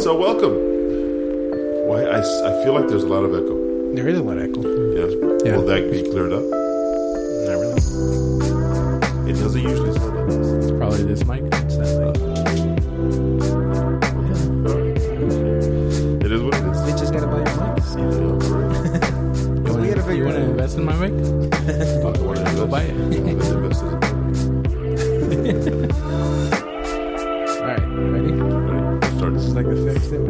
So welcome. Why I, s- I feel like there's a lot of echo. There is a lot of echo. Yeah. Yeah. Will that be cleared up? Not really. It doesn't usually sound like this. It's probably this mic. It's that mic. It is what it is. Bitches gotta buy mics. Yeah, for real. You We gotta wanna- Oh, You figure it want to out. invest in my mic? Fuck, I wanna Go invest. buy it. Let's invest in All right, ready? All right, let's start. This Like the sex thing.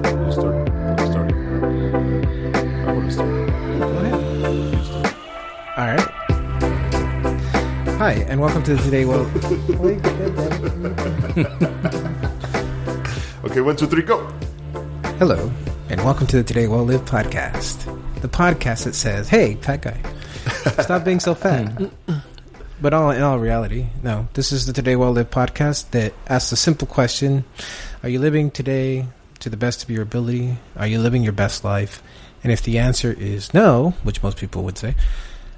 Let's start. Let's start. I want to start. You start. All right. Hi, and welcome to Today Well. Okay, one, two, three, go. Hello, and welcome to the Today Well Live podcast. The podcast that says, hey, fat guy, stop being so fat. but all in all reality, no, this is the Today Well Live podcast that asks a simple question Are you living today to the best of your ability? Are you living your best life? And if the answer is no, which most people would say,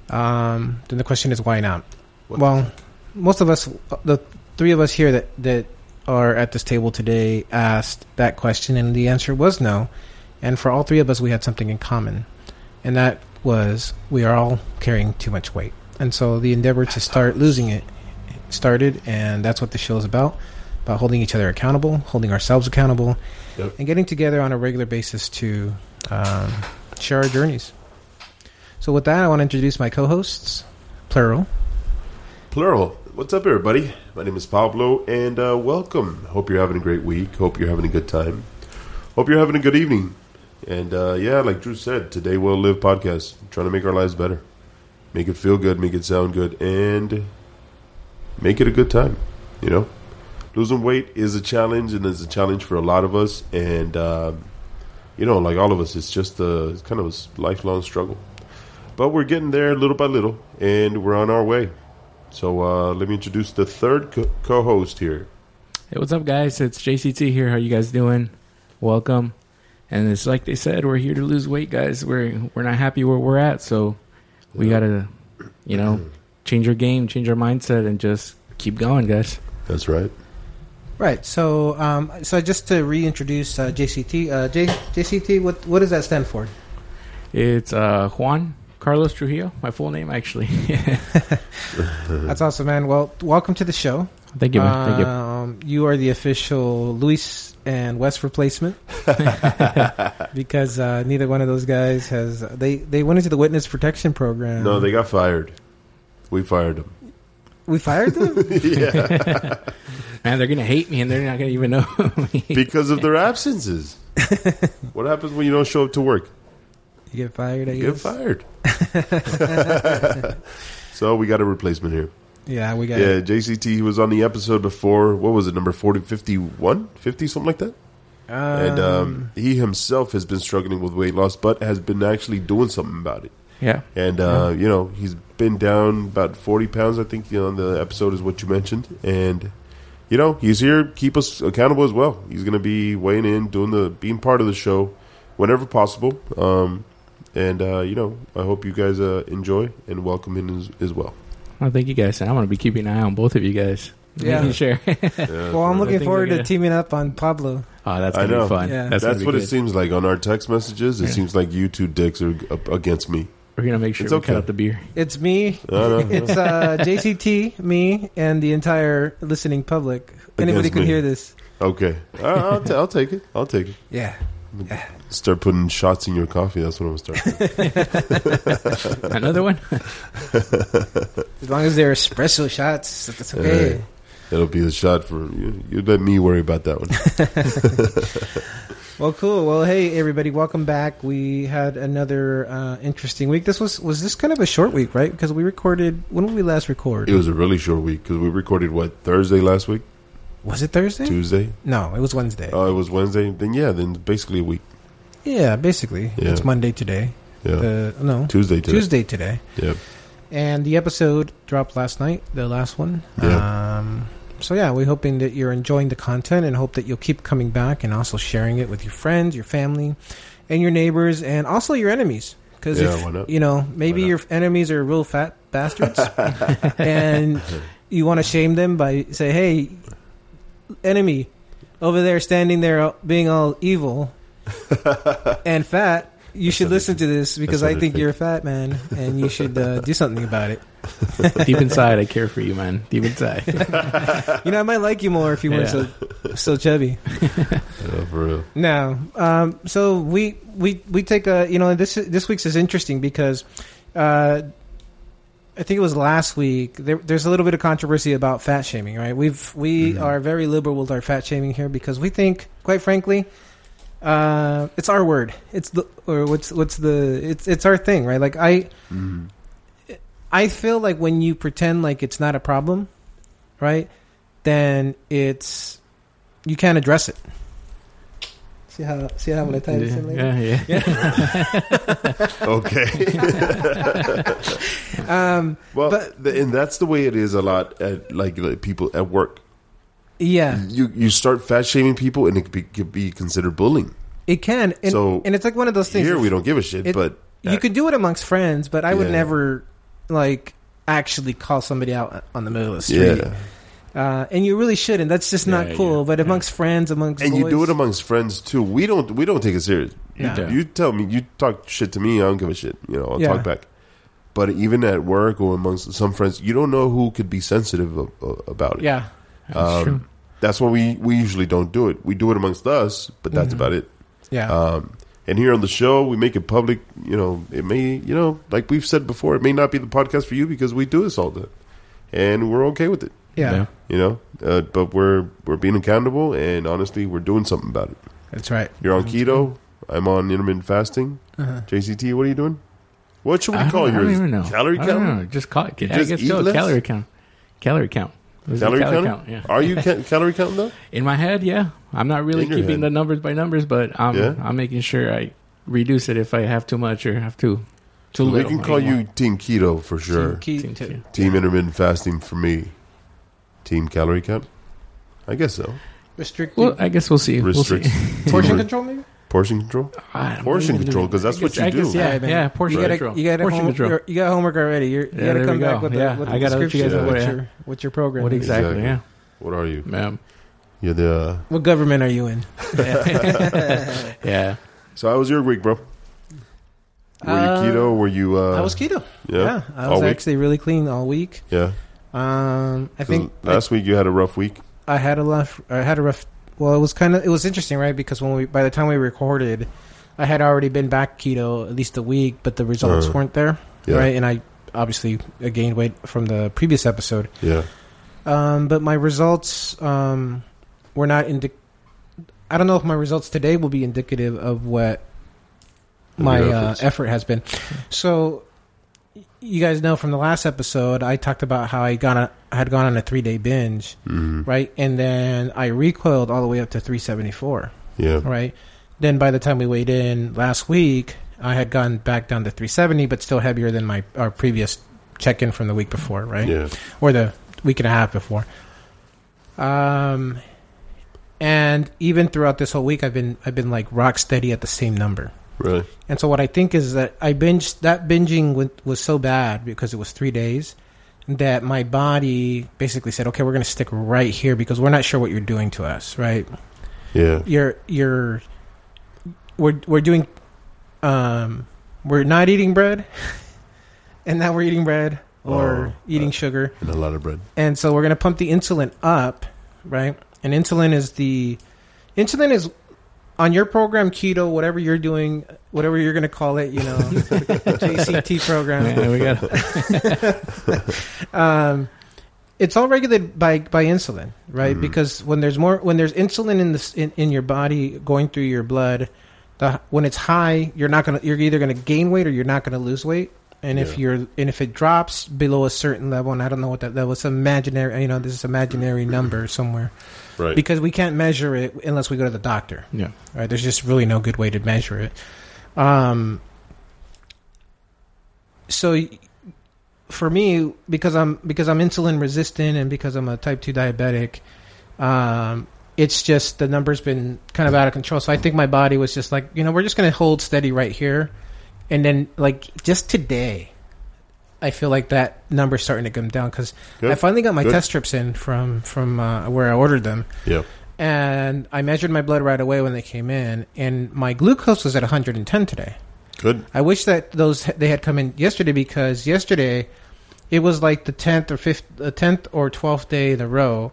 um, then the question is why not? What well, most of us, the three of us here that, that are at this table today, asked that question, and the answer was no. And for all three of us, we had something in common, and that was we are all carrying too much weight. And so the endeavor to start losing it started, and that's what the show is about about holding each other accountable, holding ourselves accountable, Yep. and getting together on a regular basis to um, share our journeys. So, with that, I want to introduce my co hosts, plural. Plural. What's up, everybody? My name is Pablo, and uh, welcome. Hope you're having a great week. Hope you're having a good time. Hope you're having a good evening. And uh, yeah, like Drew said, today we'll live podcast, trying to make our lives better, make it feel good, make it sound good, and make it a good time. You know, losing weight is a challenge, and it's a challenge for a lot of us. And um, you know, like all of us, it's just a it's kind of a s- lifelong struggle. But we're getting there little by little, and we're on our way. So uh, let me introduce the third co- co-host here. Hey, what's up, guys? It's JCT here. How you guys doing? Welcome. And it's like they said, we're here to lose weight, guys. We're we're not happy where we're at, so we gotta, you know, change our game, change our mindset, and just keep going, guys. That's right. Right. So, um, so just to reintroduce uh, JCT, uh, J- JCT, what what does that stand for? It's uh, Juan Carlos Trujillo, my full name, actually. That's awesome, man. Well, welcome to the show. Mm-hmm. Thank you, man. Thank you. Um, you are the official Luis and West replacement because uh, neither one of those guys has. They they went into the witness protection program. No, they got fired. We fired them. we fired them. yeah, Man, they're gonna hate me, and they're not gonna even know me. because of their absences. what happens when you don't show up to work? you get fired. I You guess. get fired. so we got a replacement here. Yeah, we got. Yeah, JCT he was on the episode before. What was it? Number 40, 51? 50, something like that. Um, and um, he himself has been struggling with weight loss, but has been actually doing something about it. Yeah. And uh, you know, he's been down about forty pounds, I think, you know, on the episode is what you mentioned. And you know, he's here, keep us accountable as well. He's gonna be weighing in, doing the being part of the show whenever possible. Um and uh, you know, I hope you guys uh, enjoy and welcome him as, as well. Well, thank you guys, and I'm gonna be keeping an eye on both of you guys. Yeah. Making sure. Oh, well, I'm I looking think forward they're to gonna- teaming up on Pablo. Oh, that's I gonna know. be fun. Yeah. That's, that's gonna what be it good. seems like on our text messages. It Yeah. seems like you two dicks are up against me. We're gonna make sure It's we okay. cut out the beer. It's me, I don't know. It's uh, JCT, me, and the entire listening public. Anybody Against could me. hear this. okay, I- I'll, t- I'll take it. I'll take it. Yeah. Start putting shots in your coffee. That's what I'm gonna start. doing. Another one. As long as they're espresso shots, that's okay. Hey. That'll be the shot for you. You let me worry about that one. Well, cool. Well, hey, everybody, welcome back. We had another uh, interesting week. This was was this kind of a short week, right? Because we recorded. When did we last record? It was a really short week because we recorded what Thursday last week, was it Thursday? Tuesday. No, it was Wednesday. Oh, it was Wednesday. Then yeah, then basically a week. yeah, basically, Yeah. it's Monday today. Yeah, Uh, no, Tuesday. Today. Tuesday today. Yeah, And the episode dropped last night, the last one. Yeah. Um, so yeah, we're hoping that you're enjoying the content and hope that you'll keep coming back and also sharing it with your friends, your family, and your neighbors, and also your enemies. Because Yeah, why not? you know, maybe Why not? your enemies are real fat bastards, and you want to shame them by say, "Hey, enemy, over there standing there uh, being all evil and fat, you should sounded- listen to this because I sounded think fake. you're a fat man and you should uh, do something about it. Deep inside, I care for you, man. Deep inside. You know, I might like you more if you weren't Yeah. so so chubby. Yeah, for real. No. Um, so we we we take a you know this this week's is interesting because uh, I think it was last week. There, there's a little bit of controversy about fat shaming, right? We've we Mhm. are very liberal with our fat shaming here because we think, quite frankly, uh, it's our word. It's the or what's what's the it's it's our thing, right? Like I Mm. I feel like when you pretend like it's not a problem, right? Then it's you can't address it. See how see how I'm gonna tie this in later. yeah, yeah. Okay. Um, Well, But- th- and that's the way it is a lot at like, like people at work. yeah, You you start fat shaming people, and it could be, could be considered bullying. it can. And, So, and it's like one of those things. Here we don't give a shit, it- but you could do it amongst friends, but I would Yeah. never like actually call somebody out on the middle of the street. yeah. Uh, and you really shouldn't. That's just not Yeah, cool. yeah, but yeah. amongst friends, amongst And you boys- do it amongst friends too. We don't we don't take it serious. You- No. You, tell me you talk shit to me, I don't give a shit. You know, I'll Yeah. talk back. But even at work or amongst some friends, you don't know who could be sensitive a, a, about it. yeah. That's Um, true. That's why we, we usually don't do it. We do it amongst us, but that's Mhm. about it. Yeah. Um, and here on the show, we make it public. You know, it may, you know, like we've said before, it may not be the podcast for you because we do this all the time, and we're okay with it. yeah. You know, uh, but we're we're being accountable, and honestly, we're doing something about it. That's right. You're on keto. I'm on intermittent fasting. Uh-huh. JCT, what are you doing? What should we I don't- call I don't yours? even know. Calorie I don't count? know. Just call it. I Just guess eat so. less? Calorie count. Calorie count. It was a Calorie count? Yeah. Are you ca- calorie counting though? In my head, yeah. I'm not really In your keeping head. the numbers by numbers, but I'm Yeah? I'm making sure I reduce it if I have too much or have too too We little. can call you Team Keto for sure. Key Seems to- to. team Intermittent Fasting for me. Team Calorie Count? I guess so. restricted Well, I guess we'll see. Restricts We'll see. portion control, maybe. portion control? I don't Portion even control, know. 'cause that's I what guess- you I do. Guess, yeah, Alright, man. yeah. Portion you gotta, control. You got portion control. You got homework already. You're, you got Yeah, to there we come back go. with Yeah, a, with a I gotta let you description guys of know what what- your what your program. What is. exactly? Exactly. Yeah, What are you? ma'am. You're the. Uh, What government are you in? yeah. so how was your week, bro? Were you Uh, keto? Were you? Uh, I was keto. Yeah. Yeah, I all was week? actually really clean all week. Yeah. Um, I 'Cause think I, last week you had a rough week. I had a rough. I had a rough. Well, it was kind of it was interesting, right? Because when we by the time we recorded, I had already been back keto at least a week, but the results Uh, weren't there, Yeah. right? And I obviously uh, gained weight from the previous episode. Yeah. Um, but my results um, were not indic. I don't know if my results today will be indicative of what Of my your uh, efforts. effort has been. So, y- you guys know from the last episode, I talked about how I gone a, I had gone on a three day binge, Mhm. right? And then I recoiled all the way up to three seventy four, Yeah. right? Then by the time we weighed in last week, I had gone back down to three seventy, but still heavier than my our previous check in from the week before, right? Yeah. or the week and a half before. Um, and even throughout this whole week, I've been I've been like rock steady at the same number. Really. And so what I think is that I binged that binging went, was so bad because it was three days that my body basically said, okay, we're going to stick right here because we're not sure what you're doing to us, right? Yeah. You're you're we're we're doing um we're not eating bread, and now we're eating bread or Oh, eating uh, sugar And a lot of bread. and so we're going to pump the insulin up, right? And insulin is the insulin is on your program keto, whatever you're doing, whatever you're going to call it, you know, JCT program. Man, we got Um, it's all regulated by by insulin, right? Mhm. Because when there's more when there's insulin in this in, in your body going through your blood, the, when it's high, you're not gonna you're either gonna gain weight or you're not gonna lose weight. And if Yeah. you're and if it drops below a certain level, and I don't know what that level, it's imaginary. You know, this is imaginary number somewhere Mm-hmm. Right. because we can't measure it unless we go to the doctor. yeah. Right? There's just really no good way to measure it. Um, so y- for me, because I'm because I'm insulin resistant and because I'm a type two diabetic, um, it's just the number's been kind of out of control. So I think my body was just like, you know, we're just going to hold steady right here, and then like just today, I feel like that number's starting to come down because I Good. finally got my Good. test strips in from from uh, where I ordered them. Yeah. and I measured my blood right away when they came in, and my glucose was at 110 today. Good. I wish that those they had come in yesterday because yesterday it was like the tenth or fifth, the tenth or twelfth day in a row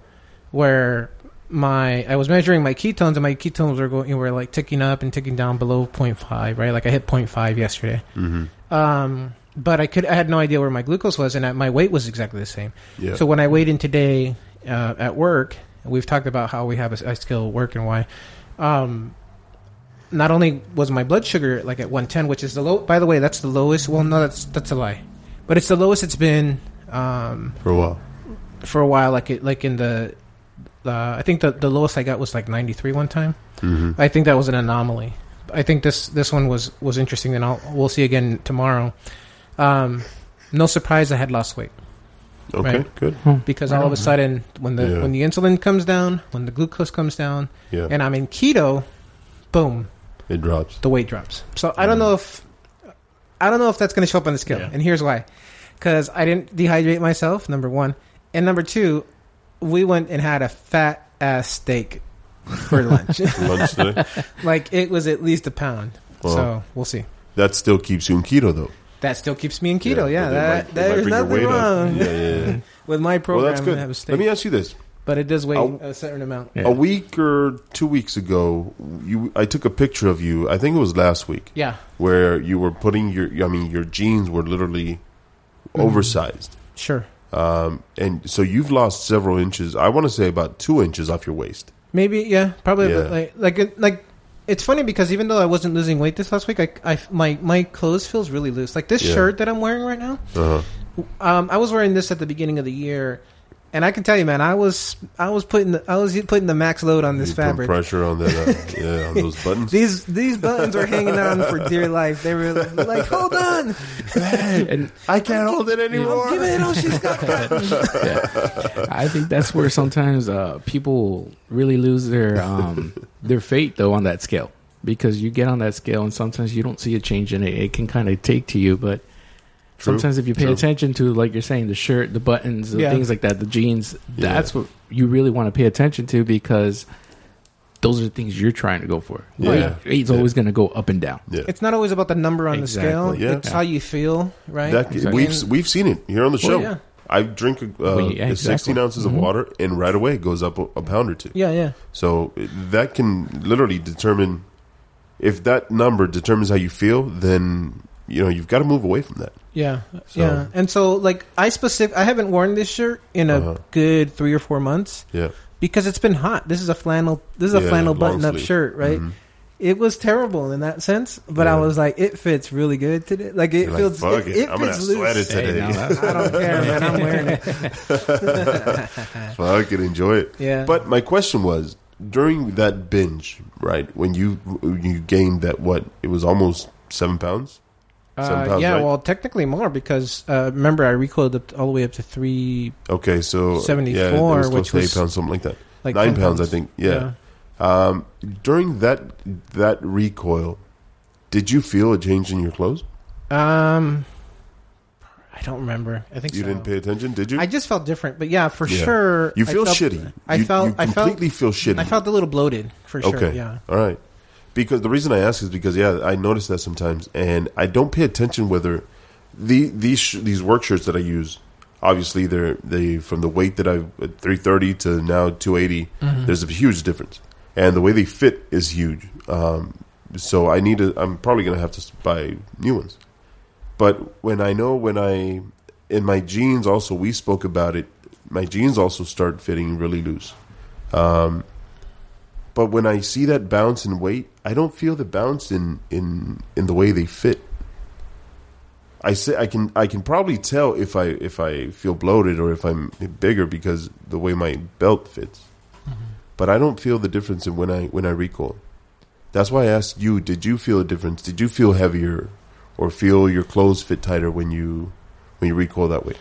where my I was measuring my ketones and my ketones were going were like ticking up and ticking down below 0.5, right? Like I hit 0.5 yesterday. Mm-hmm. Um, but I could I had no idea where my glucose was, and I, my weight was exactly the same. Yeah. So when I weighed in today uh, at work, we've talked about how we have a, a skill at work and why. Um, not only was my blood sugar like at 110, which is the low. By the way, that's the lowest. Well, no, that's that's a lie, but it's the lowest it's been um, for a while. for a while. Like it, like in the, uh, I think the the lowest I got was like 93 one time. Mm-hmm. I think that was an anomaly. I think this this one was was interesting, and I'll we'll see again tomorrow. Um, no surprise, I had lost weight Okay. Right. Good. because all of a sudden, when the Yeah. when the insulin comes down, when the glucose comes down, Yeah. and I'm in keto, boom, it drops. the weight drops. So I don't Mm. know if I don't know if that's going to show up on the scale, Yeah. and here's why: because I didn't dehydrate myself. Number one, and number two, we went and had a fat ass steak for lunch. Lunch today. like it was at least a pound. Well, So we'll see. that still keeps you in keto though. That still keeps me in keto. Yeah, but they might- that, they might there's bring your weight nothing up. wrong Yeah, yeah, yeah. with my well, program. that's good. to have a steak, Let me ask you this: but it does weigh I'll- a certain amount. Yeah. A week or two weeks ago, you I took a picture of you. I think it was last week, Yeah, where you were putting your. I mean, your jeans were literally Mm-hmm. oversized, sure. um, and so you've lost several inches. I want to say about two inches off your waist. Maybe yeah, probably. Yeah. But like like it- like it's funny because even though I wasn't losing weight this last week, I, I my my clothes feels really loose. Like this Yeah. shirt that I'm wearing right now, Uh-huh. um, I was wearing this at the beginning of the year, and I can tell you, man, I was I was putting the, I was putting the max load on this You put fabric. pressure on that. Uh, yeah, on those buttons. These these buttons were hanging on for dear life. They were like, "Hold on, And I can't hold it anymore. give it all she's got." I think that's where sometimes uh, people really lose their um, their fate though on that scale because you get on that scale and sometimes you don't see a change in it. It can kind of take to you, but True. sometimes if you pay True. attention to like you're saying the shirt, the buttons, the Yeah. things like that, the jeans, Yeah. that's what you really want to pay attention to because those are the things you're trying to go for. Yeah. Weight- Weight's Yeah. always going to go up and down. Yeah. It's not always about the number on Exactly, the scale. yeah. It's how you feel, right? That, Exactly. We've we've seen it here on the show. Well, yeah. I drink uh, Well, yeah, the exactly. Mm-hmm. sixteen ounces of water, and right away it goes up a, a pound or two. yeah, yeah. So it- that can literally determine if that number determines how you feel. Then you know you've got to move away from that. Yeah, So- yeah, and so like I specific, I haven't worn this shirt in a Uh-huh. good three or four months Yeah, because it's been hot. This is a flannel, this is a Yeah, flannel long button-up sleeve. shirt, right? Mhm. It was terrible in that sense, but I Yeah. was like, it fits really good today. Like it You're like, feels, "Fuck it, it, it I'm gonna fits sweat loose. it today. Hey, now that's- I don't care, man. I'm wearing it. fuck it, enjoy it. Yeah, But my question was during that binge, right? When you you gained that what it was almost seven pounds. uh, sometimes, yeah. right? Well, technically more because uh, remember I recoiled up all the way up to three, Okay, so yeah, it 74, was close which to eight was pounds, something like that. like Nine 10 pounds, I think. yeah. Um, during that that recoil, did you feel a change in your clothes? Yeah. Um, I don't remember. I think You so. didn't pay attention, did you? I just felt different, but yeah, for Yeah. sure. you feel I felt, shitty. I You- felt- You I felt- completely feel shitty. I felt a little bloated for sure. Okay. Yeah. All right. Because the reason I ask is because yeah, I notice that sometimes, and I don't pay attention whether the these sh- these work shirts that I use. Obviously, they're they from the weight that I three thirty to now two There's a huge difference, and the way they fit is huge. Um, so I need to. I'm probably gonna have to s- buy new ones. But when I know when I in my jeans also we spoke about it. My jeans also start fitting really loose. Um, but when I see that bounce in weight, I don't feel the bounce in in in the way they fit. I say I can I can probably tell if I if I feel bloated or if I'm bigger because the way my belt fits. But I don't feel the difference in when I when I recoil. That's why I asked you, did you feel a difference? Did you feel heavier or feel your clothes fit tighter when you when you recoil that way?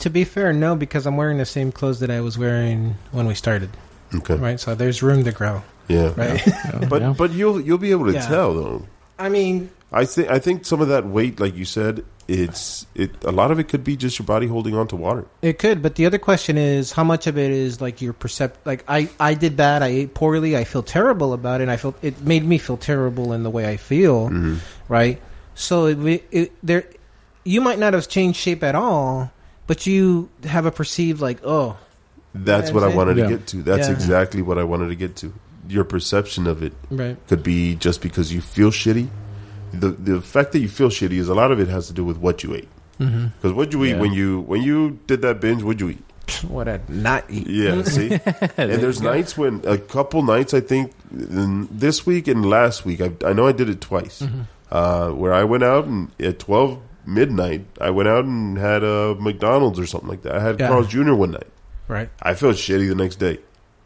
To be fair, no, because I'm wearing the same clothes that I was wearing when we started, Okay. right? So there's room to grow, Yeah. right? Yeah. But Yeah. but you'll you'll be able to Yeah. tell though. I mean, I think I think some of that weight, like you said, it's it. A lot of it could be just your body holding on to water. it could, but the other question is how much of it is like your percept like I I did bad, I ate poorly, I feel terrible about it, and I feel it made me feel terrible in the way I feel, Mm-hmm. right? So it, it, it there you might not have changed shape at all, but you have a perceived like, oh, That's Yeah, what I same. wanted Yeah. to get to. That's Yeah. exactly what I wanted to get to. Your perception of it right. could be just because you feel shitty. The the fact that you feel shitty is a lot of it has to do with what you ate. Mm-hmm. Because what you eat Yeah. when you when you did that binge, what'd you eat? What I not eat. Yeah, see. and there's nights when a couple nights I think in this week and last week I, I know I did it twice Mm-hmm. uh, where I went out and at twelve midnight I went out and had a McDonald's or something like that. I had Yeah. Carl's Jr. one night. Right. I felt shitty the next day.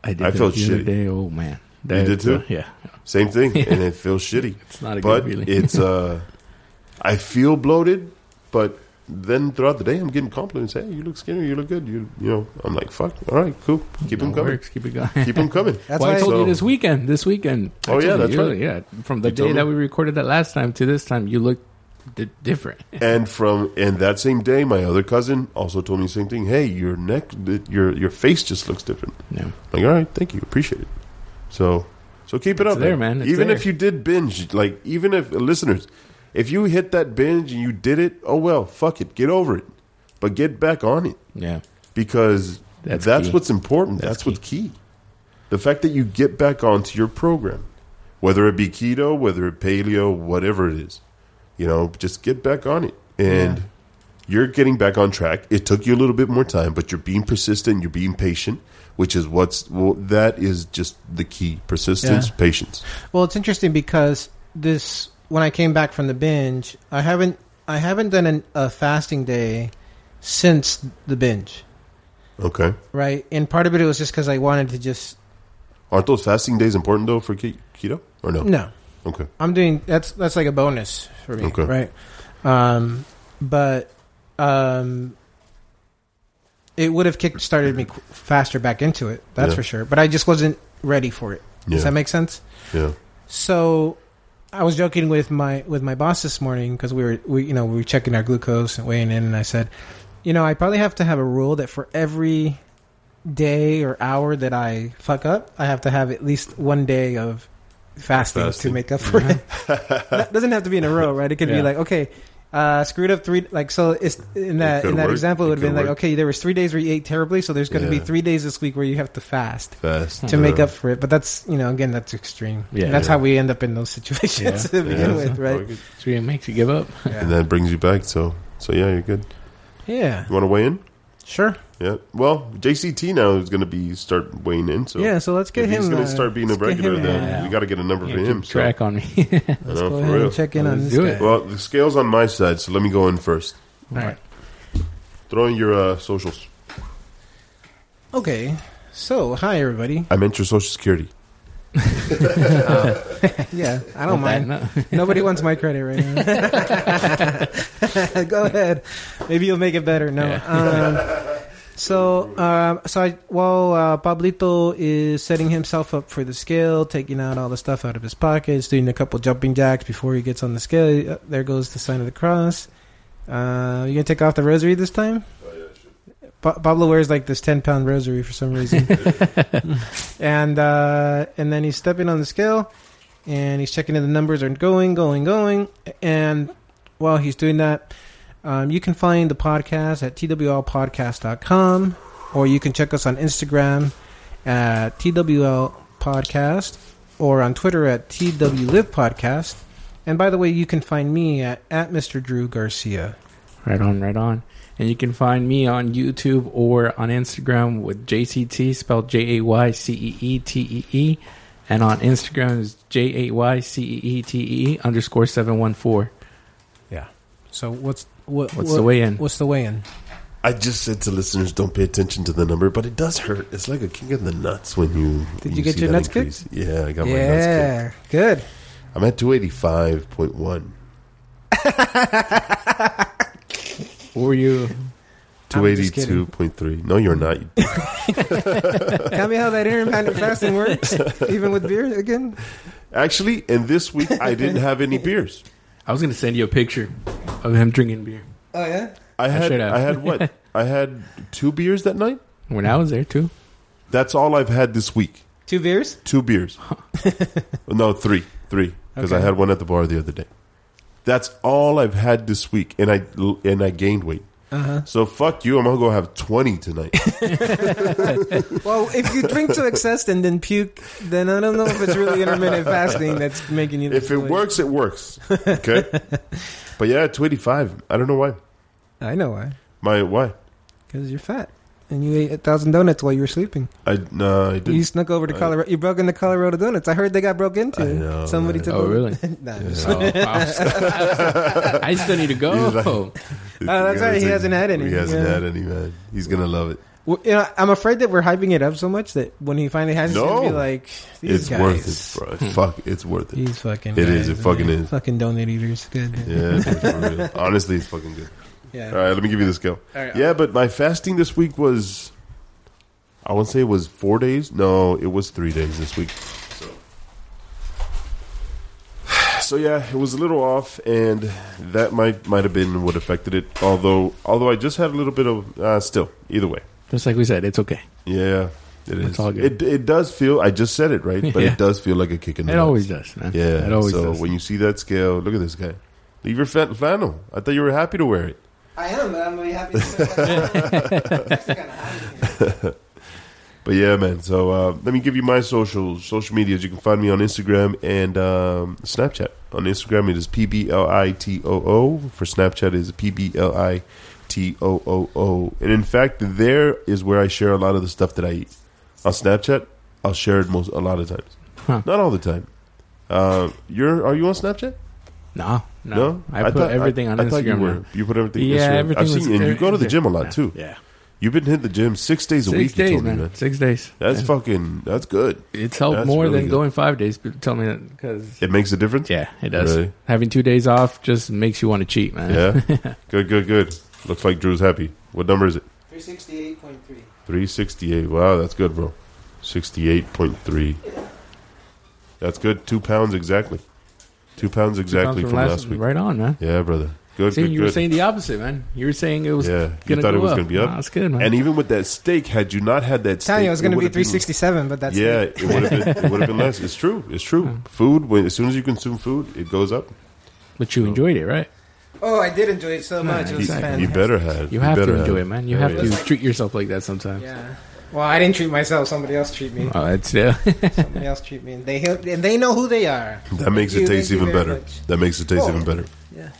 I did I that felt the shitty. other day. Oh man, uh, did too? yeah, Same thing, and it feels shitty. it's not a But good feeling. it's uh, I feel bloated, but then throughout the day I'm getting compliments. Hey, you look skinny. You look good. You you know I'm like fuck. All right, cool. Keep No, them coming. works, keep it going. Keep them coming. That's well, why I told So- you this weekend. This weekend. I Oh, told yeah, you, that's you- right. Yeah, from the You day told that me. we recorded that last time to this time, you look di- different. And from and that same day, my other cousin also told me the same thing. Hey, your neck, your your face just looks different. Yeah. Like, all right, thank you, appreciate it. So, so keep it It's up, there, man. It's even there. if you did binge, like even if listeners, if you hit that binge and you did it, oh well, fuck it, get over it, but get back on it Yeah. because That's that's, key. what's important. That's That's, what's key. The fact that you get back onto your program, whether it be keto, whether it paleo, whatever it is, you know, just get back on it, and Yeah. you're getting back on track. It took you a little bit more time, but you're being persistent. You're being patient, which is what's well, that is just the key: persistence, Yeah. patience. Well, it's interesting because this when I came back from the binge, I haven't I haven't done an, a fasting day since the binge, Okay. right? And part of it was just because I wanted to just Aren't those fasting days important though for ke- keto or no? no. Okay. I'm doing that's that's like a bonus for me, Okay. Mm. right? Um, but um, it would have kick started me qu- faster back into it. That's Yeah. for sure. But I just wasn't ready for it. Does that Yeah. make sense? Yeah. So, I was joking with my with my boss this morning because we were we you know we were checking our glucose and weighing in, and I said, you know, I probably have to have a rule that for every day or hour that I fuck up, I have to have at least one day of fasting, Fasting. to make up for it. that doesn't have to be in a row, right? It could be Yeah. like okay. Uh, screwed up three like so. It's in that could in that work. example, it It would have been could like work. okay, there was three days where you ate terribly, so there's going to be Yeah. three days this week where you have to fast Fast to make up for it. But that's you know again that's extreme. Yeah. And that's Yeah. how we end up in those situations Yeah. to begin Yeah. with, right? So it makes you give up. And Yeah. that brings you back. So, so yeah, you're good. yeah, You want to weigh in? sure. Yeah. Well, JCT now is going to be start weighing in. So yeah, so let's get if him. he's going uh, to start being a let's get regular. him, Then uh, we got to get a number Yeah, for him. keep So. track on me. I Let's know, go for ahead real. and check in on Let's this do guy. it. Well, the scale's on my side, so let me go in first. All right. Throw in your uh, socials. Okay. So hi everybody. I meant your social security. Yeah, I don't Not mind. bad, Nobody wants my credit right now. Go ahead. Maybe you'll make it better. No. Um, so, um, so I, while uh, Pablito is setting himself up for the scale, taking out all the stuff out of his pockets, doing a couple jumping jacks before he gets on the scale, uh, there goes the sign of the cross. Uh, you gonna take off the rosary this time? Pa- Pablo wears like this ten pound rosary for some reason, and uh, and then he's stepping on the scale, and he's checking if the numbers are going, going, going, and while he's doing that, um, you can find the podcast at twlpodcast.com, or you can check us on Instagram at twlpodcast or on Twitter at twlivepodcast. And by the way, you can find me at, at Mr. Drew Garcia. no. Right on, right on. And you can find me on YouTube or on Instagram with JCT, spelled J A Y C E E T E E. And on Instagram is J A Y C E E T E E underscore 714. So what's what, What's what- the way in? What's the way in? I just said to listeners, don't pay attention to the number, but it does hurt. It's like a kick in the nuts when you. Did when you get see your that nuts kicked? increase. Yeah, I got my nuts kicked. Yeah, good. I'm at 285.1. What were you? I'm just kidding. 282.3. No, you're not. Tell me how that intermittent fasting works, even with beer again. Actually, and this week I didn't have any beers. I was gonna send you a picture of him drinking beer Oh yeah. I had should have. I, had what? I had two beers that night. when I was there too. That's all I've had this week. Two beers. Two beers. no, three. Three because I Okay. had one at the bar the other day. That's all I've had this week and I and I gained weight. Uh So fuck you. I'm going to go have 20 tonight. huh. Well, if you drink to excess and then puke, then I don't know if it's really intermittent fasting that's making you. if it works, it works. Okay? but yeah, 25. I don't know why. I know why. My why? Because you're fat and you ate a thousand donuts while you were sleeping. I no, I You didn't. snuck over to I- Colorado. You broke into Colorado Donuts. I heard they got broke into. I know, Somebody right? took. Oh, over- really? nah, Yeah. just- So I, was- I still need to Oh, He's like- go. Oh, that's right. He hasn't had any. He hasn't Yeah. had any, man. He's gonna love it. Well, you know, I'm afraid that we're hyping it up so much that when he finally has, it, he's gonna No. be like, These it's guys, worth it, bro. Fuck, it's worth it. These fucking. It is, guys, it fucking man. is. Fucking donut eaters. Good. Yeah, dude, for real. honestly, it's fucking good. Yeah. All right, let me give you this go. All right. Yeah, but my fasting this week was, I won't say it was four days. No, it was three days this week. So, so yeah, it was a little off, and that might might have been what affected it. Although, although I just had a little bit of uh, still. Either way, Just like we said, it's okay. Yeah, it is. It's all good. It it does feel. I just said it right, but Yeah. it does feel like a kick in the It nuts. always does, man. Yeah. it always so does. when you see that scale, look at this guy. Leave your flan- flannel. I thought you were happy to wear it. I am. I'm really happy. To But yeah, man. So uh, let me give you my socials, social medias. You can find me on Instagram and um, Snapchat. On Instagram, it is P B L I T O O. For Snapchat, it is P B L I T O O O. And in fact, there is where I share a lot of the stuff that I eat. On Snapchat, I'll share it most a lot of times. Huh. Not all the time. Uh, you're are you on Snapchat? no, no, No? I put thought- everything on I thought Instagram. you were. now. You put everything. Yeah, Instagram. everything I've seen was you, and you go to the gym a lot Yeah. too. Yeah, You've been hitting the gym six days a six week. you days, told man. me, man. Six days. That's Yeah. fucking. That's good. It's helped That's more really than good. going five days. But tell me that because It makes a difference. yeah, it does. Really? Having two days off just makes you want to cheat, man. Yeah. good. Good. Good. Looks like Drew's happy. What number is it? Three sixty-eight point three. Three sixty-eight. Wow, that's good, bro. Sixty-eight point three. That's good. Two pounds exactly. Two pounds exactly Comes from last, week. Right on, man. Yeah, brother. Good. See, good. you good. were saying the opposite, man. You were saying it was Yeah, you gonna thought it go was up. gonna be up? Nah, it's good, man. and even with that steak, had you not had that steak, Tell you, it was going it to be would've been- 367, but that's yeah, it would have been it would have been less. It's true. It's true. Mm. Food when as soon as you consume food, it goes up. but you enjoyed it, right? Oh, I did enjoy it so much. Nah, It You, was you fantastic. better have. You have better to enjoy it, man. You Yeah, have yeah. to treat yourself like that sometimes. Yeah. Well, I didn't treat myself. Somebody else treat me. Oh, that's yeah. Somebody else treat me. And they and they know who they are. That makes you, it taste thank you even very better. much. That makes it taste Oh. even better. Yeah.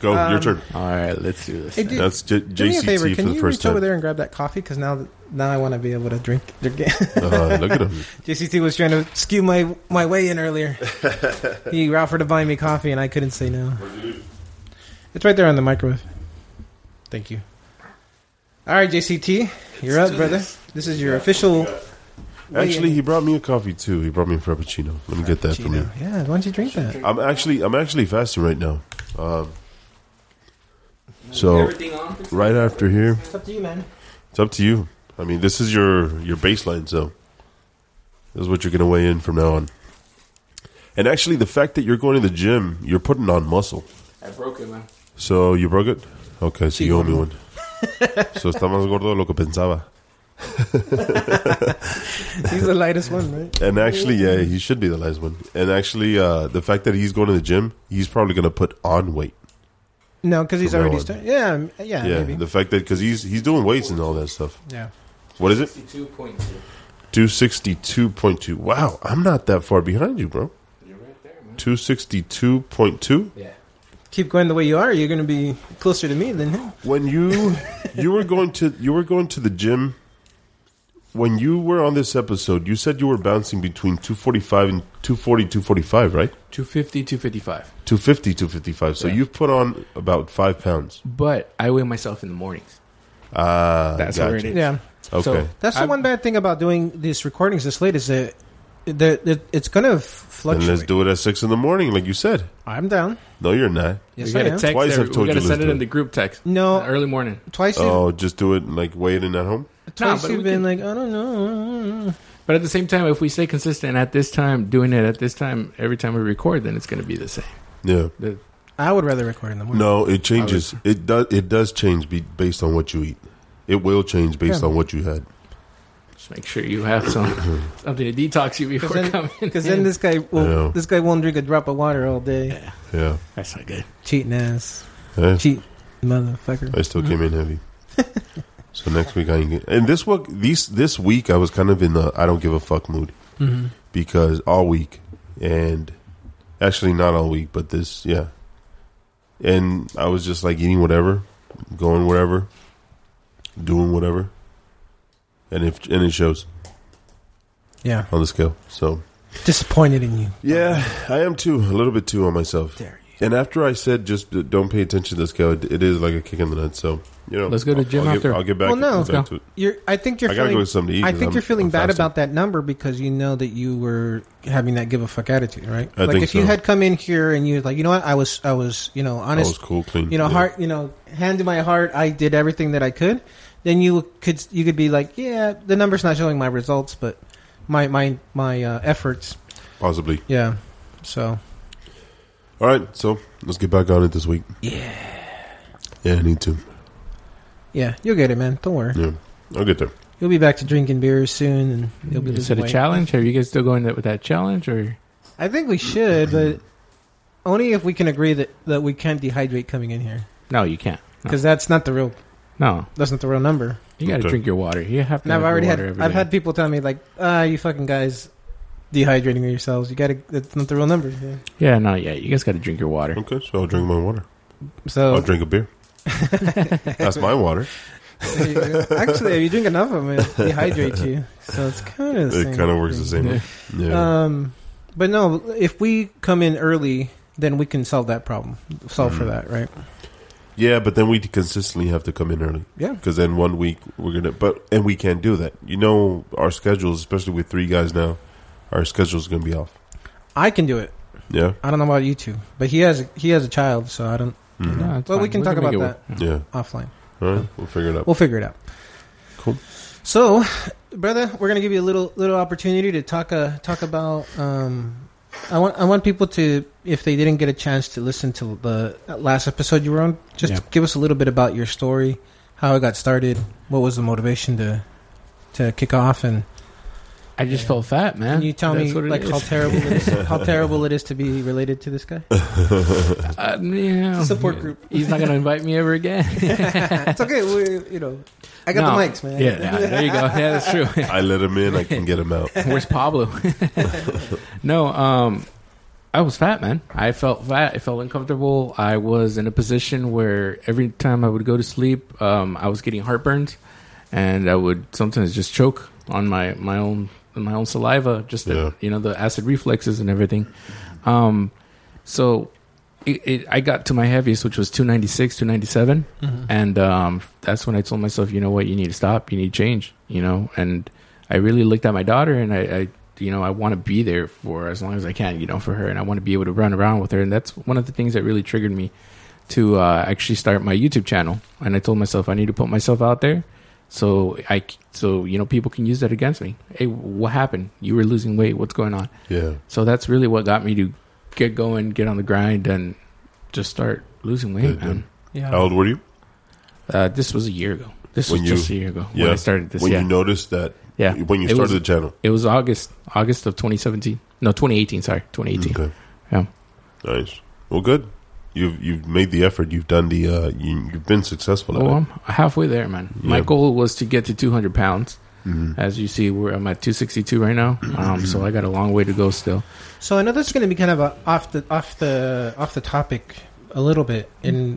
Go, your Um, turn. All right, let's do this. Hey, then. dude, That's J- Do me a favor. JCT for Can the you first reach over time. there and grab that coffee? Because now, now I want to be able to drink. drink it. Uh, look at him. JCT was trying to skew my my way in earlier. he offered to buy me coffee, and I couldn't say no. It's right there on the microwave. Thank you. All right, JCT, you're up, brother. This. is your official. Actually, he brought me a coffee too. He brought me a frappuccino. Let me get that from you. Yeah, why don't you drink that? I'm actually I'm actually fasting right now. Um, so on? right after here, It's up to you, man. it's up to you. I mean, this is your your baseline. So this is what you're going to weigh in from now on. And actually, the fact that you're going to the gym, you're putting on muscle. I broke it, man. So you broke it? Okay, so Sí, you owe me gordo. one. so está más gordo de lo que pensaba. He's the lightest one, right? And actually, yeah, he should be the last one. And actually, uh, the fact that he's going to the gym, he's probably going to put on weight. No, because he's From now already on. started. Yeah, m- yeah, yeah, Ah, maybe. the fact that because he's he's doing weights and all that stuff. yeah. What is it? Sixty-two point two. Two sixty two point two. Wow, I'm not that far behind you, bro. You're right there, man. Two sixty two point two. Yeah. Keep going the way you are. You're going to be closer to me than him. When you you were going to you were going to the gym. When you were on this episode, you said you were bouncing between 245 and 240, 245, right? 250, 255. 250, 255. So Yeah. you've put on about five pounds. But I weigh myself in the mornings. Ah, That's gotcha. where it is. Yeah. Okay. So- That's the I'm- one bad thing about doing these recordings this late is that the, the, it's going to then fluctuate. let's do it at six in the morning, like you said. I'm down. No, you're not. Yes, we I gotta am. text. Twice every- I've told we gotta you send let's it in do the group text. no, early morning. twice. You've, Oh, just do it like weigh it in at home. twice but you've we been can- like, I don't know. But at the same time, if we stay consistent at this time, doing it at this time every time we record, then it's going to be the same. Yeah. The- I would rather record in the morning. No, it changes. It does. It does change be, based on what you eat. It will change based Yeah. on what you had. just make sure you have some something to detox you before then- coming. Because then this guy, will, Yeah. this guy won't drink a drop of water all day. Yeah. Yeah. that's not good. Cheating ass, Eh, cheat motherfucker. I still came in heavy. so next week I can get. And this week, these this week I was kind of in the I don't give a fuck mood Mm-hmm. because all week and actually not all week, but this yeah. And I was just like eating whatever, going wherever, doing whatever, and if and it shows Yeah, on the scale. So disappointed in you. yeah, I am too a little bit too on myself. Dare you. And after I said just d- don't pay attention to the scale, it it is like a kick in the nuts. So you know, Let's go to I'll- gym I'll get- after. I'll get back. Well, no, back let's to it. You're. I think you're. I gotta feeling, go with something to eat. I 'cause think I'm- you're feeling I'm bad fasting. about that number because you know that you were having that give a fuck attitude, right? I like think if you so. had come in here and you was like, you know what, I was, I was, you know, I honest, was cool, clean. you know, yeah. heart, you know, hand to my heart, I did everything that I could. Then you could, you could be like, yeah, the number's not showing my results, but my my my uh, efforts, possibly. yeah. So All right, so let's get back on it this week. yeah, Yeah, I need to. yeah, you'll get it, man. Don't worry, Yeah, I'll get there. you'll be back to drinking beers soon, and you'll be Is losing it a weight. challenge? Are you guys still going with that challenge, or I think we should, but only if we can agree that that we can't dehydrate coming in here no? You can't. No, because that's not the real no. That's not the real number. you got to Okay. drink your water. You have to. And I've have your already had water every I've day. had people tell me like, ah, you fucking guys dehydrating yourselves. You gotta that's not the real number. Yeah. Yeah, no, yeah. You guys got to drink your water. Okay, so I'll drink my water. I'll So drink a beer. That's my water. there you go. actually if you drink enough of them, it dehydrates you. So it's kinda the It same kind of works the same. way. Yeah, Um but no, if we come in early, then we can solve that problem. Solve for Mhm. that, right? yeah, but then we consistently have to come in early. Yeah. because then one week we're gonna but and we can't do that you know our schedules especially with three guys now our schedule's gonna be off I can do it. yeah I don't know about you two. But he has he has a child, so I don't Mhm. No, it's Well, we fine. can talk make about it work. yeah offline. all right we'll figure it out We'll figure it out. Cool. So, brother, we're gonna give you a little little opportunity to talk uh, talk about. Um, I want I want people to, if they didn't get a chance to listen to the last episode you were on, just Yeah. give us a little bit about your story, how it got started, what was the motivation to to kick off, and I just Yeah. felt fat, man. can you tell That's me what it like is. how terrible it is, how terrible it is to be related to this guy? Uh, yeah. Support group. He's not going to invite me ever again. it's okay, we, you know, I got No. the mics, man. Yeah, yeah, there you go. Yeah, that's true. i let him in i can get him out Where's Pablo? no, um, I was fat, man. I felt fat. I felt uncomfortable. I was in a position where every time I would go to sleep, um, I was getting heartburns, and I would sometimes just choke on my my own my own saliva, just the, Yeah. you know the acid reflexes and everything. Um, so. It, it, I got to my heaviest, which was 296, 297 Mhm. and um, that's when I told myself, you know what, you need to stop, you need to change, you know. And I really looked at my daughter, and I, I you know, I want to be there for her as long as I can, you know, for her, and I want to be able to run around with her, and that's one of the things that really triggered me to uh, actually start my YouTube channel. And I told myself, I need to put myself out there, so I, c- so you know, people can use that against me. Hey, what happened? You were losing weight. What's going on? yeah So that's really what got me to get going, get on the grind, and just start losing weight, Mhm. man. Yeah. Oh. how old were you Uh, this was a year ago. This When was you- just a year ago yeah, when I started this. when yeah, you noticed that yeah. when you It started was- the channel It was August, August of 2017. No, 2018. Sorry, 2018. okay Yeah. nice well good you've you've made the effort you've done the uh you, you've been successful at it Well, Oh, I'm halfway there, man. My Yeah. goal was to get to 200 Mm-hmm. pounds. Mhm. As you see, we're I'm at 262 right now. Um, so I got a long way to go still. So I know this is going to be kind of a off the off the off the topic a little bit, and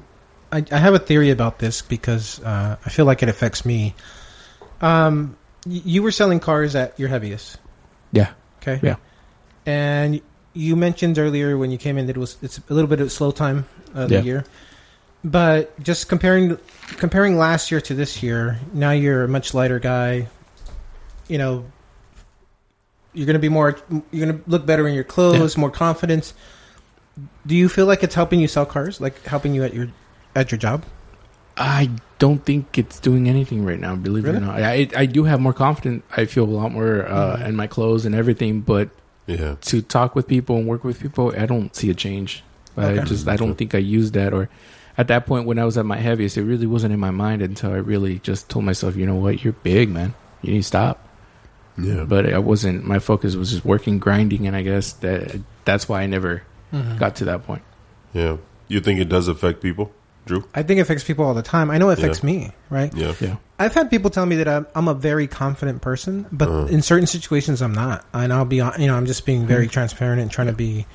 I, I have a theory about this because uh, I feel like it affects me. Um, y- you were selling cars at your heaviest, Yeah. okay, Yeah. and you mentioned earlier when you came in that it was it's a little bit of a slow time of Yeah. the year, but just comparing comparing last year to this year, now you're a much lighter guy. You know, you're going to be more you're going to look better in your clothes more confidence do you feel like it's helping you sell cars like helping you at your at your job I don't think it's doing anything right now. Believe it or Really? not, I I- I do have more confidence. I feel a lot more Mm-hmm. uh, in my clothes and everything. But Yeah. to talk with people and work with people, I don't see a change. I Okay. just I don't think I used that or. At that point, when I was at my heaviest, it really wasn't in my mind until I really just told myself, you know what, you're big, man. You need to stop. Yeah. But I wasn't. My focus was just working, grinding, and I guess that that's why I never got to that point. yeah. You think it does affect people, Drew? I think it affects people all the time. I know it affects Yeah. me, right? Yeah. Yeah. I've had people tell me that I'm, I'm a very confident person, but Uh. in certain situations I'm not. And I'll be, hon- you know, I'm just being very transparent and trying to be,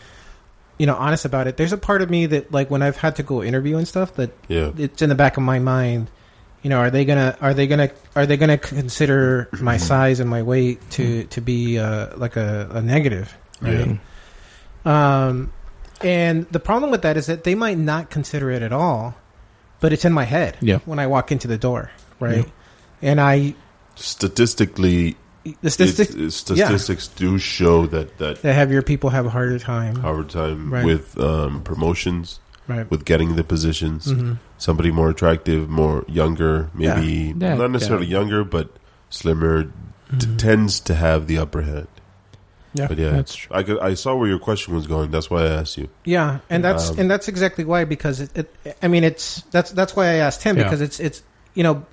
you know, honest about it. There's a part of me that, like, when I've had to go interview and stuff, that Yeah. it's in the back of my mind. You know, are they gonna, are they gonna, are they gonna consider my size and my weight to to be uh, like a, a negative? Right? Yeah. Um, and the problem with that is that they might not consider it at all, but it's in my head Yeah. when I walk into the door, right? Yeah. And I Statistically, the statistics it's- statistics do show that that that heavier people have a harder time, hard time Right. with um, promotions, right? with getting the positions. Mhm. Somebody more attractive, more younger, Yeah. maybe Yeah, not necessarily younger, but slimmer, t- Mm-hmm. tends to have the upper hand. Yeah. but yeah, That's true. I could, I saw where your question was going. That's why I asked you. Yeah, and that's Um, and that's exactly why because it, it. I mean, it's that's that's why I asked him Yeah. because it's it's you know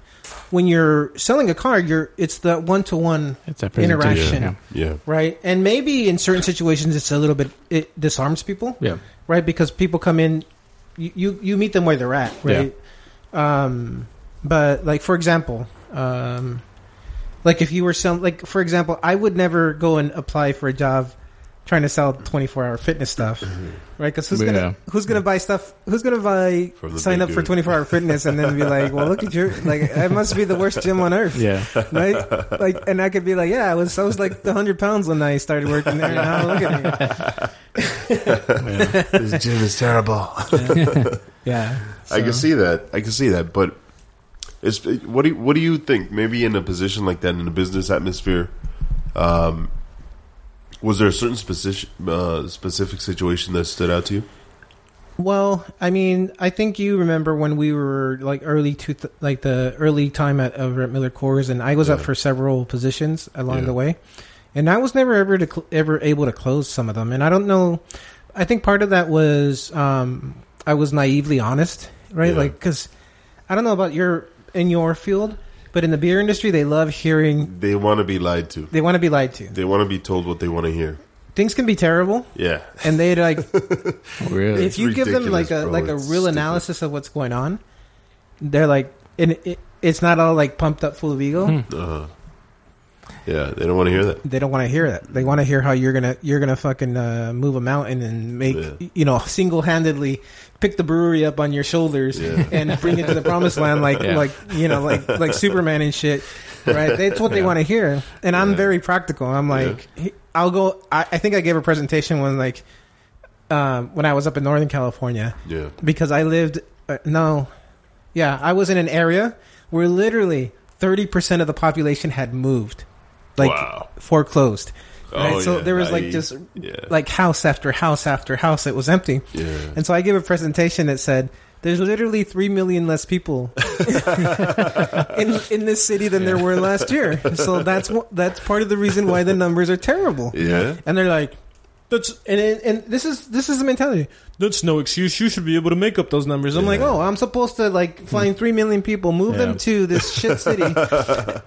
when you're selling a car, you're it's the one to one It's that Interaction. presentation. Yeah. Yeah, right? And maybe in certain situations, it's a little bit it disarms people, Yeah. right? Because people come in, you you, you meet them where they're at, right? Um, but like for example, um, like if you were some like for example, I would never go and apply for a job trying to sell twenty four hour fitness stuff, Mm-hmm. right? Because who's Yeah. gonna who's gonna buy stuff? Who's gonna buy From the sign big up for dude. twenty four hour fitness and then be like, well, look at your like, I must be the worst gym on earth Yeah. right? Like, and I could be like, yeah, I was, I was like the hundred pounds when I started working there. Now look at me. Yeah. this gym is terrible. Yeah, I can see that. I can see that. But it's what do you, what do you think? Maybe in a position like that, in a business atmosphere, um, was there a certain specific uh, specific situation that stood out to you? Well, I mean, I think you remember when we were like early to th- like the early time at over at Miller Coors, and I was up Yeah. for several positions along Yeah. the way, and I was never ever to cl- ever able to close some of them, and I don't know. I think part of that was um, I was naively honest, right? Yeah. Like 'cause Like, because I don't know about your in your field, but in the beer industry, they love hearing. They want to be lied to. They want to be lied to. They want to be told what they want to hear. Things can be terrible, Yeah, and they like really. if you give them like ridiculous, a bro. like a It's real stupid. analysis of what's going on, they're like, and it, it's not all like pumped up full of ego. Hmm. uh, yeah. They don't want to hear that. They don't want to hear that. They want to hear how you're gonna you're gonna fucking uh, move a mountain and make Yeah. you know single handedly pick the brewery up on your shoulders Yeah. and bring it to the promised land like Yeah. like you know like like Superman and shit. Right? That's what they want to hear. And I'm Yeah. very practical. I'm like, he- I'll go. I, I think I gave a presentation when like um, when I was up in Northern California. Yeah, because I lived uh, no, yeah, I was in an area where literally thirty percent of the population had moved, like wow. foreclosed. Right? Oh, so yeah. there was like I- just yeah, like house after house after house that was empty, yeah. and so I gave a presentation that said. There's literally three million less people in in this city than there were last year. So that's wh- that's part of the reason why the numbers are terrible. yeah. And they're like, that's and and and this is this is the mentality. That's no excuse. You should be able to make up those numbers. I'm like, Yeah. oh, I'm supposed to like find three million people, move Yeah. them to this shit city,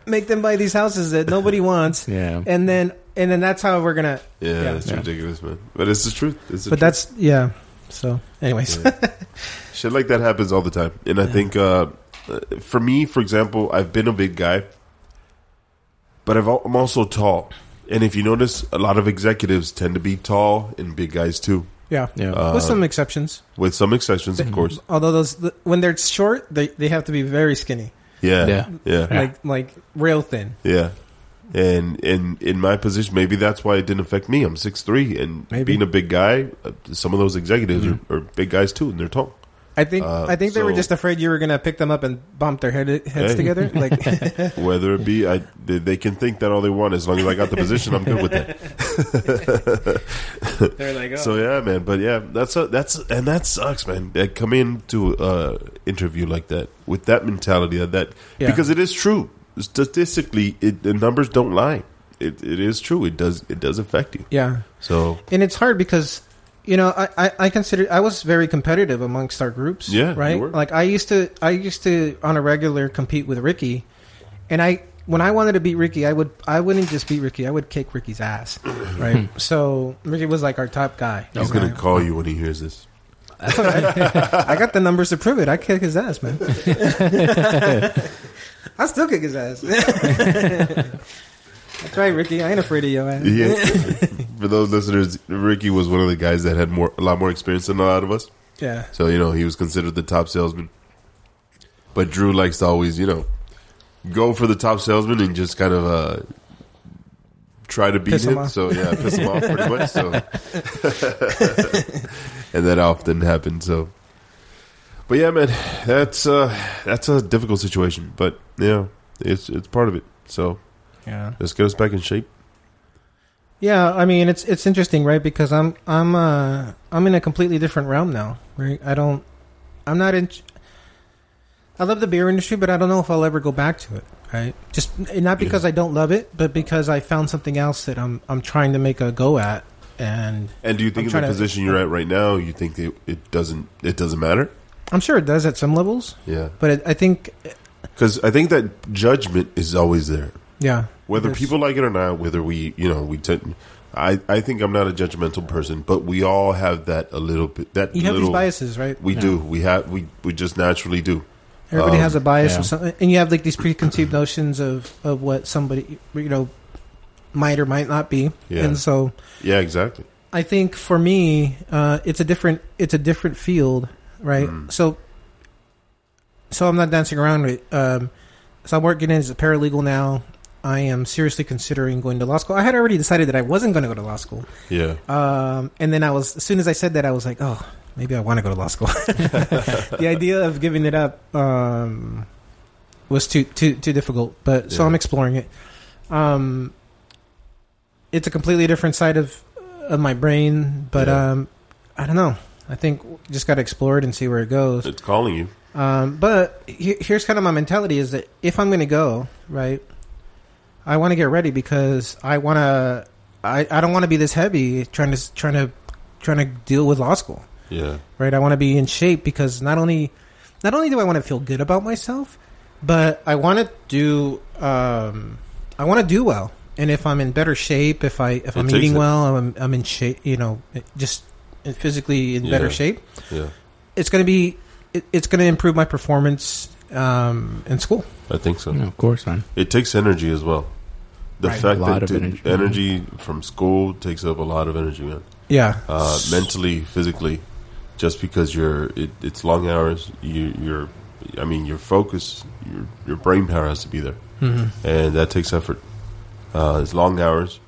make them buy these houses that nobody wants, yeah. and then and then that's how we're gonna. Yeah, Yeah. it's Yeah. ridiculous, man. But it's the truth. It's the But that's yeah. So, anyways, Yeah. Shit like that happens all the time. And I Yeah. think uh, uh, for me, for example, I've been a big guy, but I've, al- I'm also tall. And if you notice, a lot of executives tend to be tall and big guys too, yeah, Yeah. Uh, with some exceptions. with some exceptions, of course. Although those the- when they're short, they they have to be very skinny, Yeah, yeah, Yeah. yeah, Yeah. like like rail thin. And and in my position, maybe that's why it didn't affect me. I'm six three, and Maybe. Mm-hmm. being a big guy, uh, some of those executives are, are big guys too, and they're tall. I think Uh, I think they were so- just afraid you were gonna pick them up and bump their head, heads Hey. together. Like, Whether it be, I they, they can think that all they want as long as I got the position, I'm good with it. they're like, oh, So yeah, man. But yeah, that's a, that's and that sucks, man. That come into uh interview like that with that mentality of that Yeah. because it is true statistically. It, the numbers don't lie. It, it is true. It does it does affect you. yeah. So and it's hard because you know I, I, I consider I was very competitive amongst our groups. Yeah, you right. were. Like I used to I used to on a regular compete with Ricky, and I when I wanted to beat Ricky I would I wouldn't just beat Ricky I would kick Ricky's ass. Right. so Ricky was like our top guy. he's And I- gonna call you when he hears this. That's all right. I got the numbers to prove it. I kick his ass, man. I still kick his ass. That's right, Ricky. I ain't afraid of your ass. Yeah. For those listeners, Ricky was one of the guys that had more a lot more experience than a lot of us. Yeah. So you know he was considered the top salesman. But Drew likes to always you know go for the top salesman and just kind of uh, try to beat Piss him him. off. So yeah, piss him off pretty much. So and that often happens. So. But yeah, man, that's uh, that's a difficult situation. But yeah, it's it's part of it. So Yeah. let's get us back in shape. Yeah, I mean it's it's interesting, right? Because I'm I'm uh I'm in a completely different realm now, right? I don't I'm not in I love the beer industry, but I don't know if I'll ever go back to it, right? Just not because I don't love it, but because I found something else that I'm I'm trying to make a go at and And do you I'm think in trying the to- position you're at right now, you think it, it doesn't it doesn't matter? I'm sure it does at some levels, Yeah, but it, I think because I think that judgment is always there. yeah, whether Yes. people like it or not, whether we, you know, we tend. I, I think I'm not a judgmental person, but we all have that a little bit. That you have little, these biases, right? We do. We have. We we just naturally do. Everybody Um, has a bias yeah. or something, and you have like these preconceived notions of of what somebody you know might or might not be, Yeah. and so. Yeah. Exactly. I think for me, uh, it's a different it's a different field, right? Mm. So, so I'm not dancing around with. Um, so I'm working as a paralegal now. I am seriously considering going to law school. I had already decided that I wasn't going to go to law school, Yeah. um, and then I was as soon as I said that, I was like, oh, maybe I want to go to law school. the idea of giving it up um, was too too too difficult, but so Yeah. I'm exploring it. Um, it's a completely different side of of my brain, but Yeah. um, I don't know. I think just got to explore it and see where it goes. It's calling you. Um, but he- here's kind of my mentality: is that if I'm going to go, right, I want to get ready because I want to. I, I don't want to be this heavy trying to trying to trying to deal with law school, Yeah. right? I want to be in shape because not only not only do I want to feel good about myself, but I want to do um, I want to do well. And if I'm in better shape, if I if I'm takes eating it. well, I'm I'm in shape. You know, just physically in better Yeah. shape Yeah. it's going to be it, it's going to improve my performance um, in school. I think so. of course, man. It takes energy as well. The Right. fact A lot that of the energy. energy. from school takes up a lot of energy, man. Yeah, Uh, mentally, physically, just because you're, it, it's long hours. You, you're, I mean, your focus, your your brain power has to be there. hmm and that takes effort. Uh, it's long hours,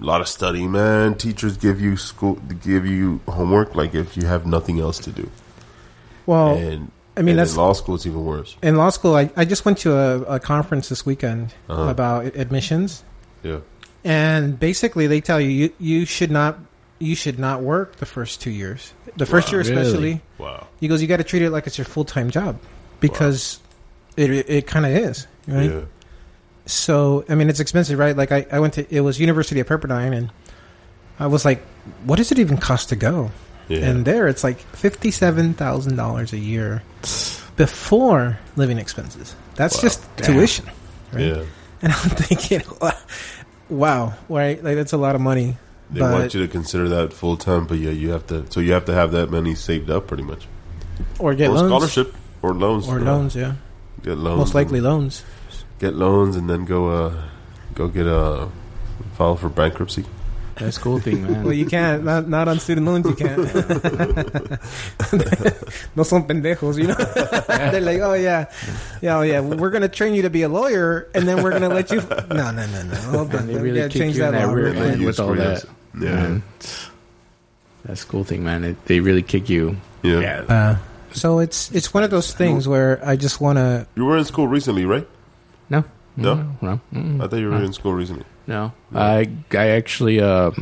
a lot of study, man. Teachers give you school, give you homework, like if you have nothing else to do. Well, and Oh, I mean and that's in law school, it's even worse. in law school. I, I just went to a, a conference this weekend Uh-huh. about a- admissions, Yeah, and basically they tell you you, you should not you should not work the first two years. The first Wow. year Really? especially, wow. he goes, you got to treat it like it's your full time job because it it, it kind of is, right? Yeah, so I mean it's expensive, right? Like I, I went to it was University of Pepperdine and I was like, what does it even cost to go? yeah. And there it's like fifty seven thousand dollars a year before living expenses. That's Wow. just Damn. tuition. Right? yeah. And I'm thinking wow, right? Like that's a lot of money. They But- want you to consider that full time, but yeah, you have to. So you have to have that money saved up, pretty much, Or get or loans. scholarship, or loans, Or you know. loans, yeah. Get loans, Most likely and- loans. get loans, and then go, uh, go get a file for bankruptcy. That's cool thing, man. Well you can't not not on student loans you can't. no son pendejos, you know. They're like, Oh yeah. Yeah, oh yeah. We're gonna train you to be a lawyer and then we're gonna let you No, no, no, no. Hold on. And they We really gotta kick you in that law. rear And then end you with all screw that. this. Yeah, Mm-hmm. man. That's a cool thing, man. It, they really kick you. yeah. Yeah. Uh, So it's it's one of those things where I just want to. You were in school recently, right? No? no, I Mm, thought you were No. in school recently. no. I I actually um,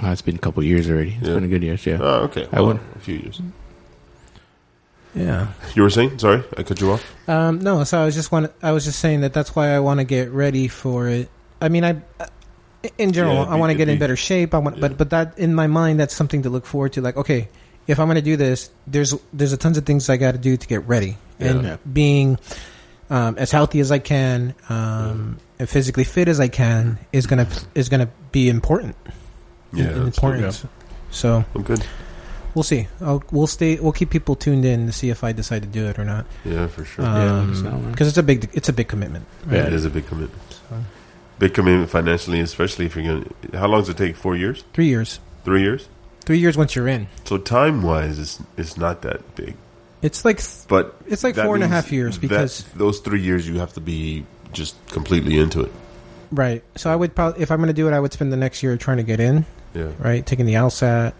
oh, it's been a couple years already. It's Yeah. been a good year. Yeah. Oh, okay. I Well, would- a few years. Yeah. You were saying? Sorry, I cut you off. Um, no, so I was just want I was just saying that that's why I want to get ready for it. I mean, I I- in general Yeah, I want to it'd get in be- better shape. I want, yeah. but but that in my mind that's something to look forward to. Like, okay, if I'm going to do this, there's there's a tons of things I got to do to get ready and Yeah. being um, as healthy as I can um, and physically fit as I can is gonna is gonna be important. Yeah, in- important. So I'm good. we'll see. I'll, we'll stay. We'll keep people tuned in to see if I decide to do it or not. Yeah, for sure. Um, Yeah, it's not one. because it's a big it's a big commitment. yeah, it is a big commitment. So, Big commitment financially, especially if you're gonna. How long does it take? Four years? three years. Three years? Three years once you're in. So time wise, it's it's not that big, It's like th- but it's like that four and a means half years that- because those three years you have to be just completely into it. right. So I would probably if I'm going to do it, I would spend the next year trying to get in. Yeah, Right, taking the LSAT,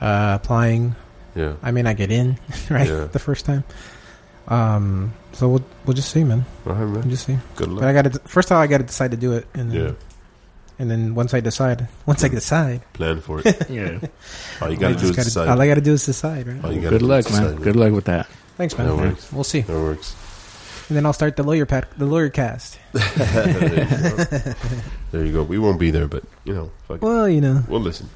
uh, applying. yeah. I may not get in right Yeah. the first time. Um. So we'll we'll just see, man. All right, We'll man. just see. Good But I luck. got to first of all, I got to decide to do it, and then, Yeah, and then once I decide, once I decide, plan for it. yeah. All you gotta do I is just gotta- decide. all I got to do is decide, right? All Oh, you gotta Good do luck, is man. decide. Good luck with that. Thanks, man. No worries. we'll see, That works. and then I'll start the lawyer pat, the lawyer cast. there, you go. There you go. We won't be there, but you know, fuck it. Well, you know, we'll listen.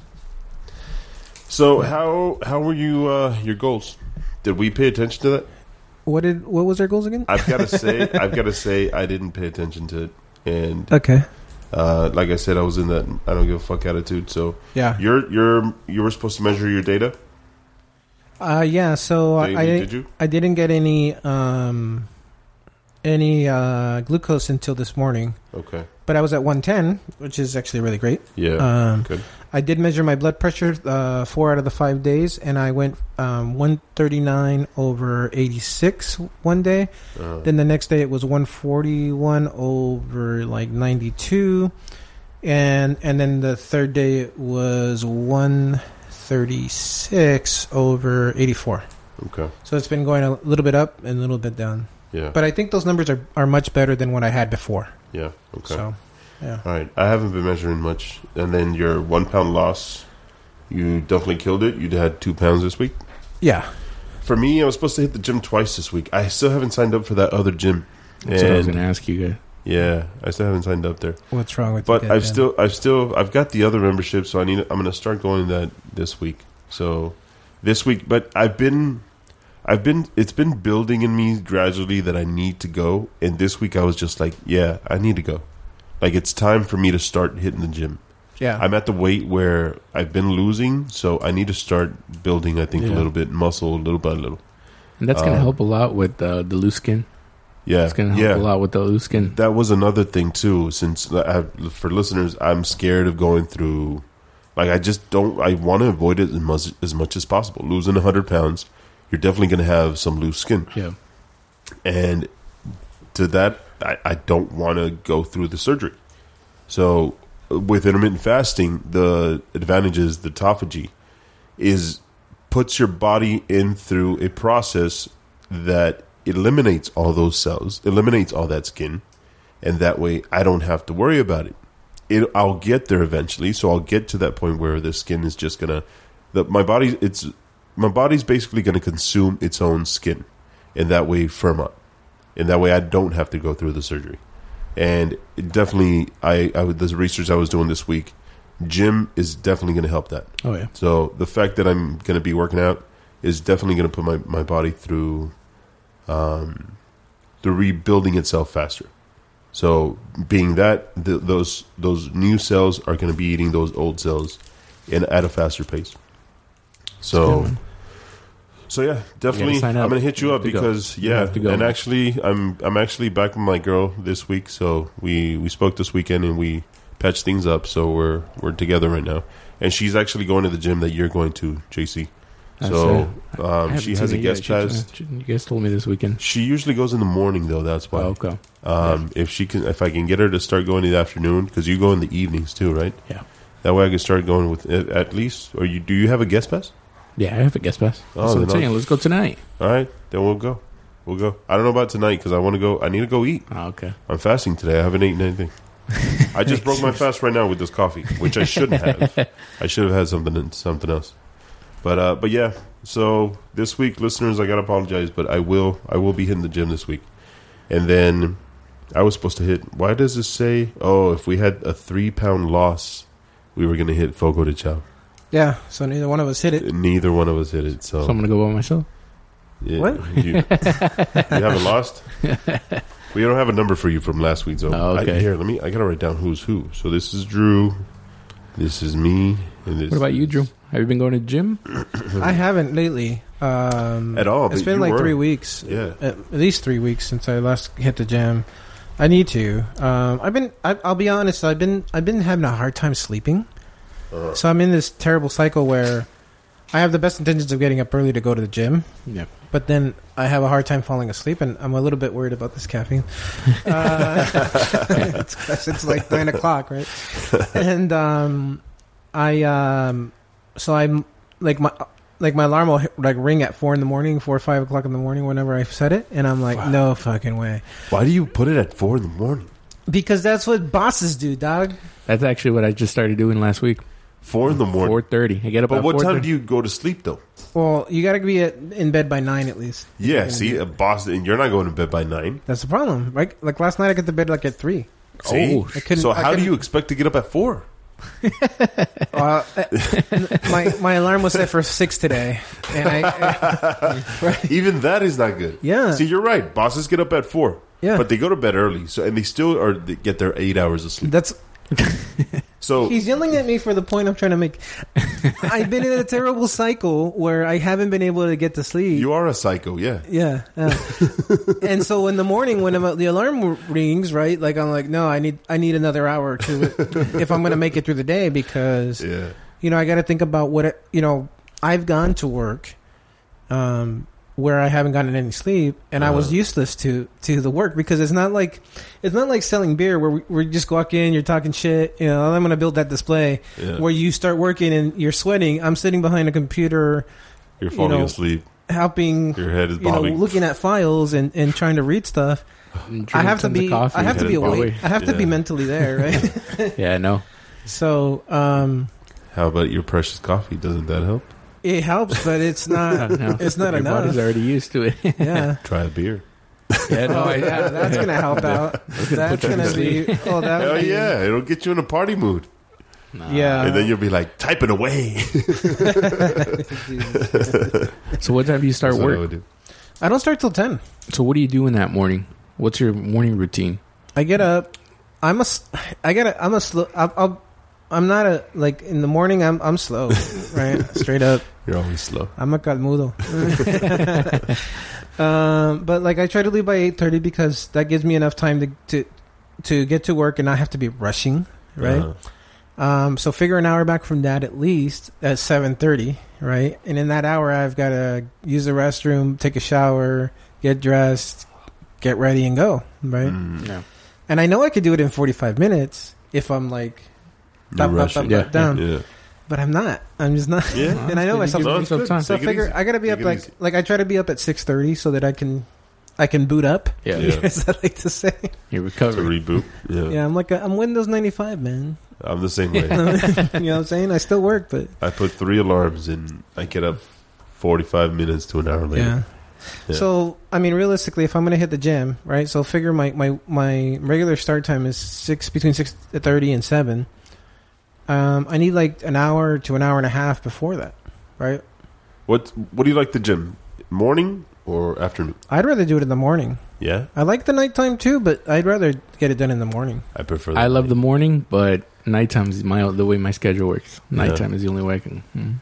So how how were you uh, your goals? Did we pay attention to that? what did what was their goals again? I've got to say, I've got to say, I didn't pay attention to it, and Okay. uh, like I said, I was in that I don't give a fuck attitude. So Yeah. you're you're you were supposed to measure your data. Uh, yeah. So Did I, you- I did didn't- you? I didn't get any um any uh glucose until this morning, Okay. but I was at 110, which is actually really great. Yeah. Um, good. I did measure my blood pressure uh, four out of the five days, and I went um, 139 over 86 one day. Uh, Then the next day it was 141 over like 92, and and then the third day it was 136 over 84. okay. So it's been going a little bit up and a little bit down. Uh, Yeah. But I think those numbers are, are much better than what I had before. Yeah. Okay. So, yeah. All right. I haven't been measuring much, and then your one pound loss, you definitely killed it. You had two pounds this week. Yeah. For me, I was supposed to hit the gym twice this week. I still haven't signed up for that other gym. That's what I was And- gonna ask you guys. Yeah, I still haven't signed up there. What's wrong with But you? I've still, I've still, I've got the other membership, so I need. I'm going to start going that this week. So this week, but I've been, I've been. It's been building in me gradually that I need to go. And this week, I was just like, yeah, I need to go. Like it's time for me to start hitting the gym. Yeah. I'm at the weight where I've been losing, so I need to start building. I think Yeah. a little bit muscle, little by little. And that's gonna Um, help a lot with uh, the loose skin. Yeah, It's gonna help yeah. a lot with the loose skin. That was another thing too. Since uh, I, for listeners, I'm scared of going through. Like I just don't. I want to avoid it as much as much as possible. Losing 100 pounds, you're definitely going to have some loose skin, Yeah. and to that, I, I don't want to go through the surgery. So, with intermittent fasting, the advantage is the autophagy is puts your body in through a process that eliminates all those cells, eliminates all that skin, and that way I don't have to worry about it. It I'll get there eventually, so I'll get to that point where the skin is just gonna the my body it's my body's basically gonna consume its own skin and that way firm up. And that way I don't have to go through the surgery. And it definitely I, I would the research I was doing this week, gym is definitely gonna help that. Oh yeah. So the fact that I'm going to be working out is definitely going to put my, my body through um, the rebuilding itself faster. So being that th- those those new cells are going to be eating those old cells and at a faster pace. So so yeah, definitely sign I'm up. going to hit you You up have to go. because You yeah, have to go. and actually I'm I'm actually back with my girl this week so we we spoke this weekend and we patched things up so we're we're together right now. And she's actually going to the gym that you're going to, JC. That's so it. I um, haven't she seen has it a yet. guest She- uh, pass. she- You guys told me this weekend. She usually goes in the morning though. That's Oh, why. okay. Um, if she can, if I can get her to start going in the afternoon because you go in the evenings too, right? Yeah. That way I can start going with at at least. Or you do you have a guest pass? Yeah, I have a guest pass. Oh, That's what then I'm I'll- saying. Let's go tonight. All right, then we'll go. We'll go. I don't know about tonight because I want to go. I need to go eat. Oh, okay. I'm fasting today. I haven't eaten anything. I just broke my fast right now with this coffee, which I shouldn't have. I should have had something something else. But uh, but yeah. So this week, listeners, I gotta apologize, but I will I will be hitting the gym this week, and then I was supposed to hit. Why does this say? Oh, if we had a three pound loss, we were gonna hit Fogo de Chao. Yeah, so neither one of us hit it. Neither one of us hit it. So, So I'm gonna go by myself. yeah, What? You, you haven't lost. We don't have a number for you from last week, so Oh, okay. I, here, let me. I gotta write down who's who. So this is Drew. This is me. And this What about you, is- Drew? Have you been going to the gym? I haven't lately. Um, At all, It's but been you like were. three weeks. Yeah. At at least three weeks since I last hit the gym. I need to. Um, I've been. I, I'll be honest. I've been. I've been having a hard time sleeping. Uh, So I'm in this terrible cycle where I have the best intentions of getting up early to go to the gym, Yeah. but then I have a hard time falling asleep, and I'm a little bit worried about this caffeine. Uh, it's, 'cause it's like nine o'clock, right? And um, I um, so I'm like my. Like my alarm will hit, like ring at four in the morning, four or five o'clock in the morning, whenever I set it, and I'm like, Fuck. no fucking way, why do you put it at four in the morning? because that's what bosses do, dog. That's actually what I just started doing last week. Four in the morning. Four thirty. I get up. but at what time 4:30. do you go to sleep though? Well, you got to be at, in bed by nine at least. Yeah, Yeah. see, a boss, and you're not going to bed by nine. That's the problem. Like like last night, I got to bed like at three. See? Oh, I couldn't. so I how do couldn't- you expect to get up at four? Uh, my my alarm was set for six today, and I, right, Even that is not good. Yeah. See, you're right. Bosses get up at four, yeah. but they go to bed early, so and they still are they get their eight hours of sleep. that's So he's yelling at me for the point I'm trying to make. I've been in a terrible cycle where I haven't been able to get to sleep. you are a psycho. Yeah. yeah, yeah. and so in the morning when I'm, the alarm rings, right? Like I'm like, no, I need I need another hour or two if I'm going to make it through the day because Yeah. you know, I got to think about what it, you know. I've gone to work um, where I haven't gotten any sleep, and I was Uh-huh. useless to to the work because it's not like it's not like selling beer where we, where you just walk in, you're talking shit, you know. I'm gonna build that display Yeah. where you start working and you're sweating. I'm sitting behind a computer, You're you falling know, asleep. helping, Your head is you know, bobbing. looking at files and and trying to read stuff. And I drinking have to tons of be coffee. I have to Head be is bobbing. awake. I have to be Yeah. mentally there, right? Yeah, I know. so um, How about your precious coffee? Doesn't that help? it helps, but it's not. It's not Your enough. body's already used to it. Yeah. Try a beer. yeah, Oh, no, I, yeah, that's gonna help out. That's put you to gonna be. Oh, that Hell would be- yeah! It'll get you in a party mood, Nah. Yeah. and then you'll be like typing away. Jesus. So what time do you start That's what I work? would do. I don't start till ten. So what do you do in that morning? What's your morning routine? I get up. I'm a. s- I gotta. I'm a slow. I'll, I'll. I'm not a like in the morning. I'm I'm slow, right? Straight up. You're always slow. I'm a calmudo. um, but like I try to leave by eight thirty because that gives me enough time to to to get to work and not have to be rushing, right? Uh, Um, so figure an hour back from that at least at seven thirty, right? And in that hour, I've got to use the restroom, take a shower, get dressed, get ready, and go, right? mm, Yeah. And I know I could do it in forty five minutes if I'm like you up, up, rush up, it. Yeah. up, down, Yeah. but I'm not. I'm just not. Yeah. And I know You myself. give No, yourself it's good. time. So I Take it figure easy. I got to be Take up it like easy. like I try to be up at six thirty so that I can I can boot up. Yeah. Yeah. as I like to say. You're To recovering. reboot. Yeah. Yeah, I'm like a, I'm Windows ninety five man. I'm the same way. you know what I'm saying? I still work, but I put three alarms and I get up 45 minutes to an hour later. Yeah. Yeah. So I mean, realistically, if I'm going to hit the gym, right? So figure my my my regular start time is six between six thirty and seven. Um, I need like an hour to an hour and a half before that, right? What What do you like the gym? Morning or afternoon? I'd rather do it in the morning. Yeah, I like the nighttime too, but I'd rather get it done in the morning. I prefer. I love the morning, but nighttime is my the way my schedule works. Nighttime is the only way I can. Mm.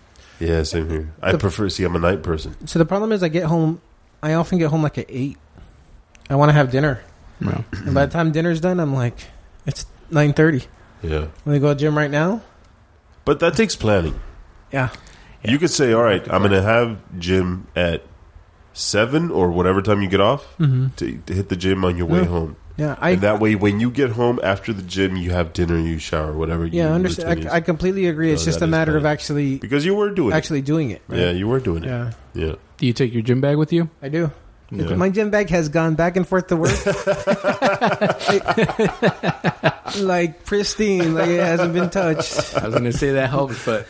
Yeah, same here. I The- prefer. See, I'm a night person. So the problem is, I get home. I often get home like at eight. I want to have dinner, No. and by the time dinner's done, I'm like, it's nine thirty. Yeah, Let me go to the gym right now. but that takes planning. Yeah, Yeah. You could say, "All right, I'm going to have gym at seven or whatever time you get off mm-hmm. to, to hit the gym on your way Yeah. home." Yeah, I and that way, when you get home after the gym, you have dinner, you shower, whatever. yeah, you I understand. routine I, I is. completely agree. It's So just that is a matter of fine. actually because you were doing actually doing it. it. right? Yeah, you were doing it. yeah, Yeah. Do you take your gym bag with you? I do. yeah. My gym bag has gone back and forth to work, like, like pristine, like it hasn't been touched. I was going to say that helps, but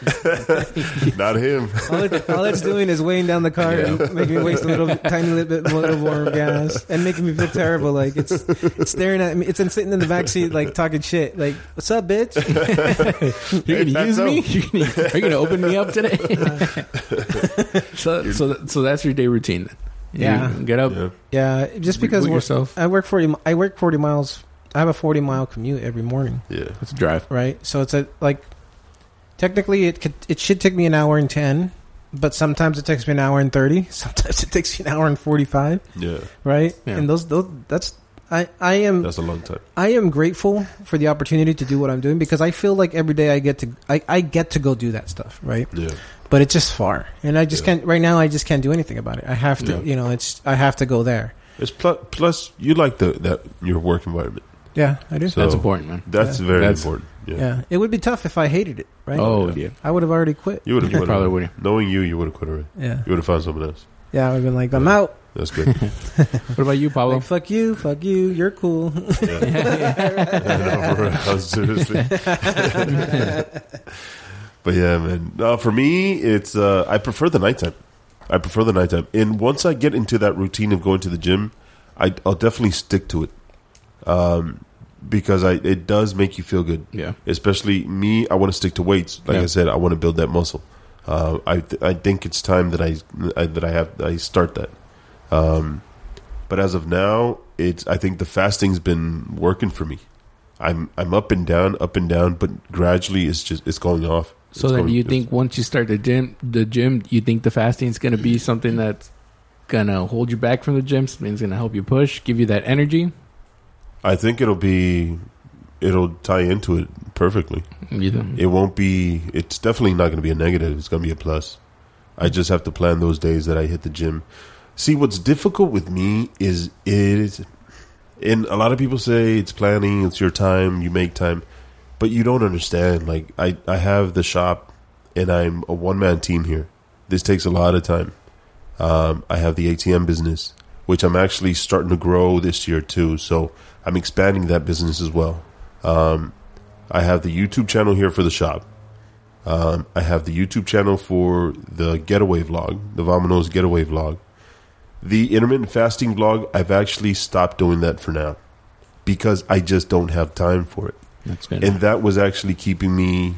Not him. All, it, all it's doing is weighing down the car and making me waste a little tiny little bit more of warm gas and making me feel terrible. Like it's it's staring at me. It's in, sitting in the back seat, like talking shit. Like what's up, bitch? You're Hey, gonna that's use me? up. You're gonna, are you gonna open me up today? so, so, that- so that's your day routine. You Yeah. get up. Yeah. Yeah, just because reboot we're- yourself. I work forty. mi- I work forty miles. I have a forty mile commute every morning, Yeah. Let's drive. right? So it's a like, technically, it could it should take me an hour and ten, but sometimes it takes me an hour and thirty. Sometimes it takes me an hour and forty five, Yeah. right? Yeah. And those those that's I I am That's a long time. I am grateful for the opportunity to do what I'm doing because I feel like every day I get to I, I get to go do that stuff, right? Yeah. But it's just far, and I just Yeah. can't right now. I just can't do anything about it. I have to, Yeah. you know, it's I have to go there. It's plus, plus you like the that your work environment. Yeah, I do. So- that's important, man. That's Yeah. very That's- important. Yeah. Yeah, it would be tough if I hated it, right? Oh, Yeah. yeah. I would have already quit. You would You have probably probably wouldn't. knowing you, you would have quit already. Yeah, You would have found someone else. yeah, I would have been like, I'm out. That's good. What about you, Pablo? Like, fuck you, fuck you. You're cool. Yeah. I know, for real, seriously. but yeah, man. No, for me, it's uh, I prefer the nighttime. I prefer the nighttime, and once I get into that routine of going to the gym, I, I'll definitely stick to it um, because I it does make you feel good. yeah, Especially me, I want to stick to weights. Like Yeah. I said, I want to build that muscle. Uh, I th- I think it's time that I, I that I have I start that. Um, but as of now, it's I think the fasting's been working for me. I'm I'm up and down, up and down, but gradually it's just it's going off. So It's then, going- you think once you start the gym, the gym, you think the fasting is going to be something that's going to hold you back from the gym? Something that's going to help you push, give you that energy. I think it'll be it'll tie into it perfectly. You th- Mm-hmm. It won't be. It's definitely not going to be a negative. It's going to be a plus. I just have to plan those days that I hit the gym. See, what's difficult with me is is, and a lot of people say it's planning. It's your time. You make time, but you don't understand. Like I, I have the shop, and I'm a one man team here. This takes a lot of time. Um, I have the ATM business, which I'm actually starting to grow this year too. So I'm expanding that business as well. Um, I have the YouTube channel here for the shop. Um, I have the YouTube channel for the getaway vlog, the Vamanos getaway vlog. The intermittent fasting vlog, I've actually stopped doing that for now because I just don't have time for it. that's good. And that was actually keeping me.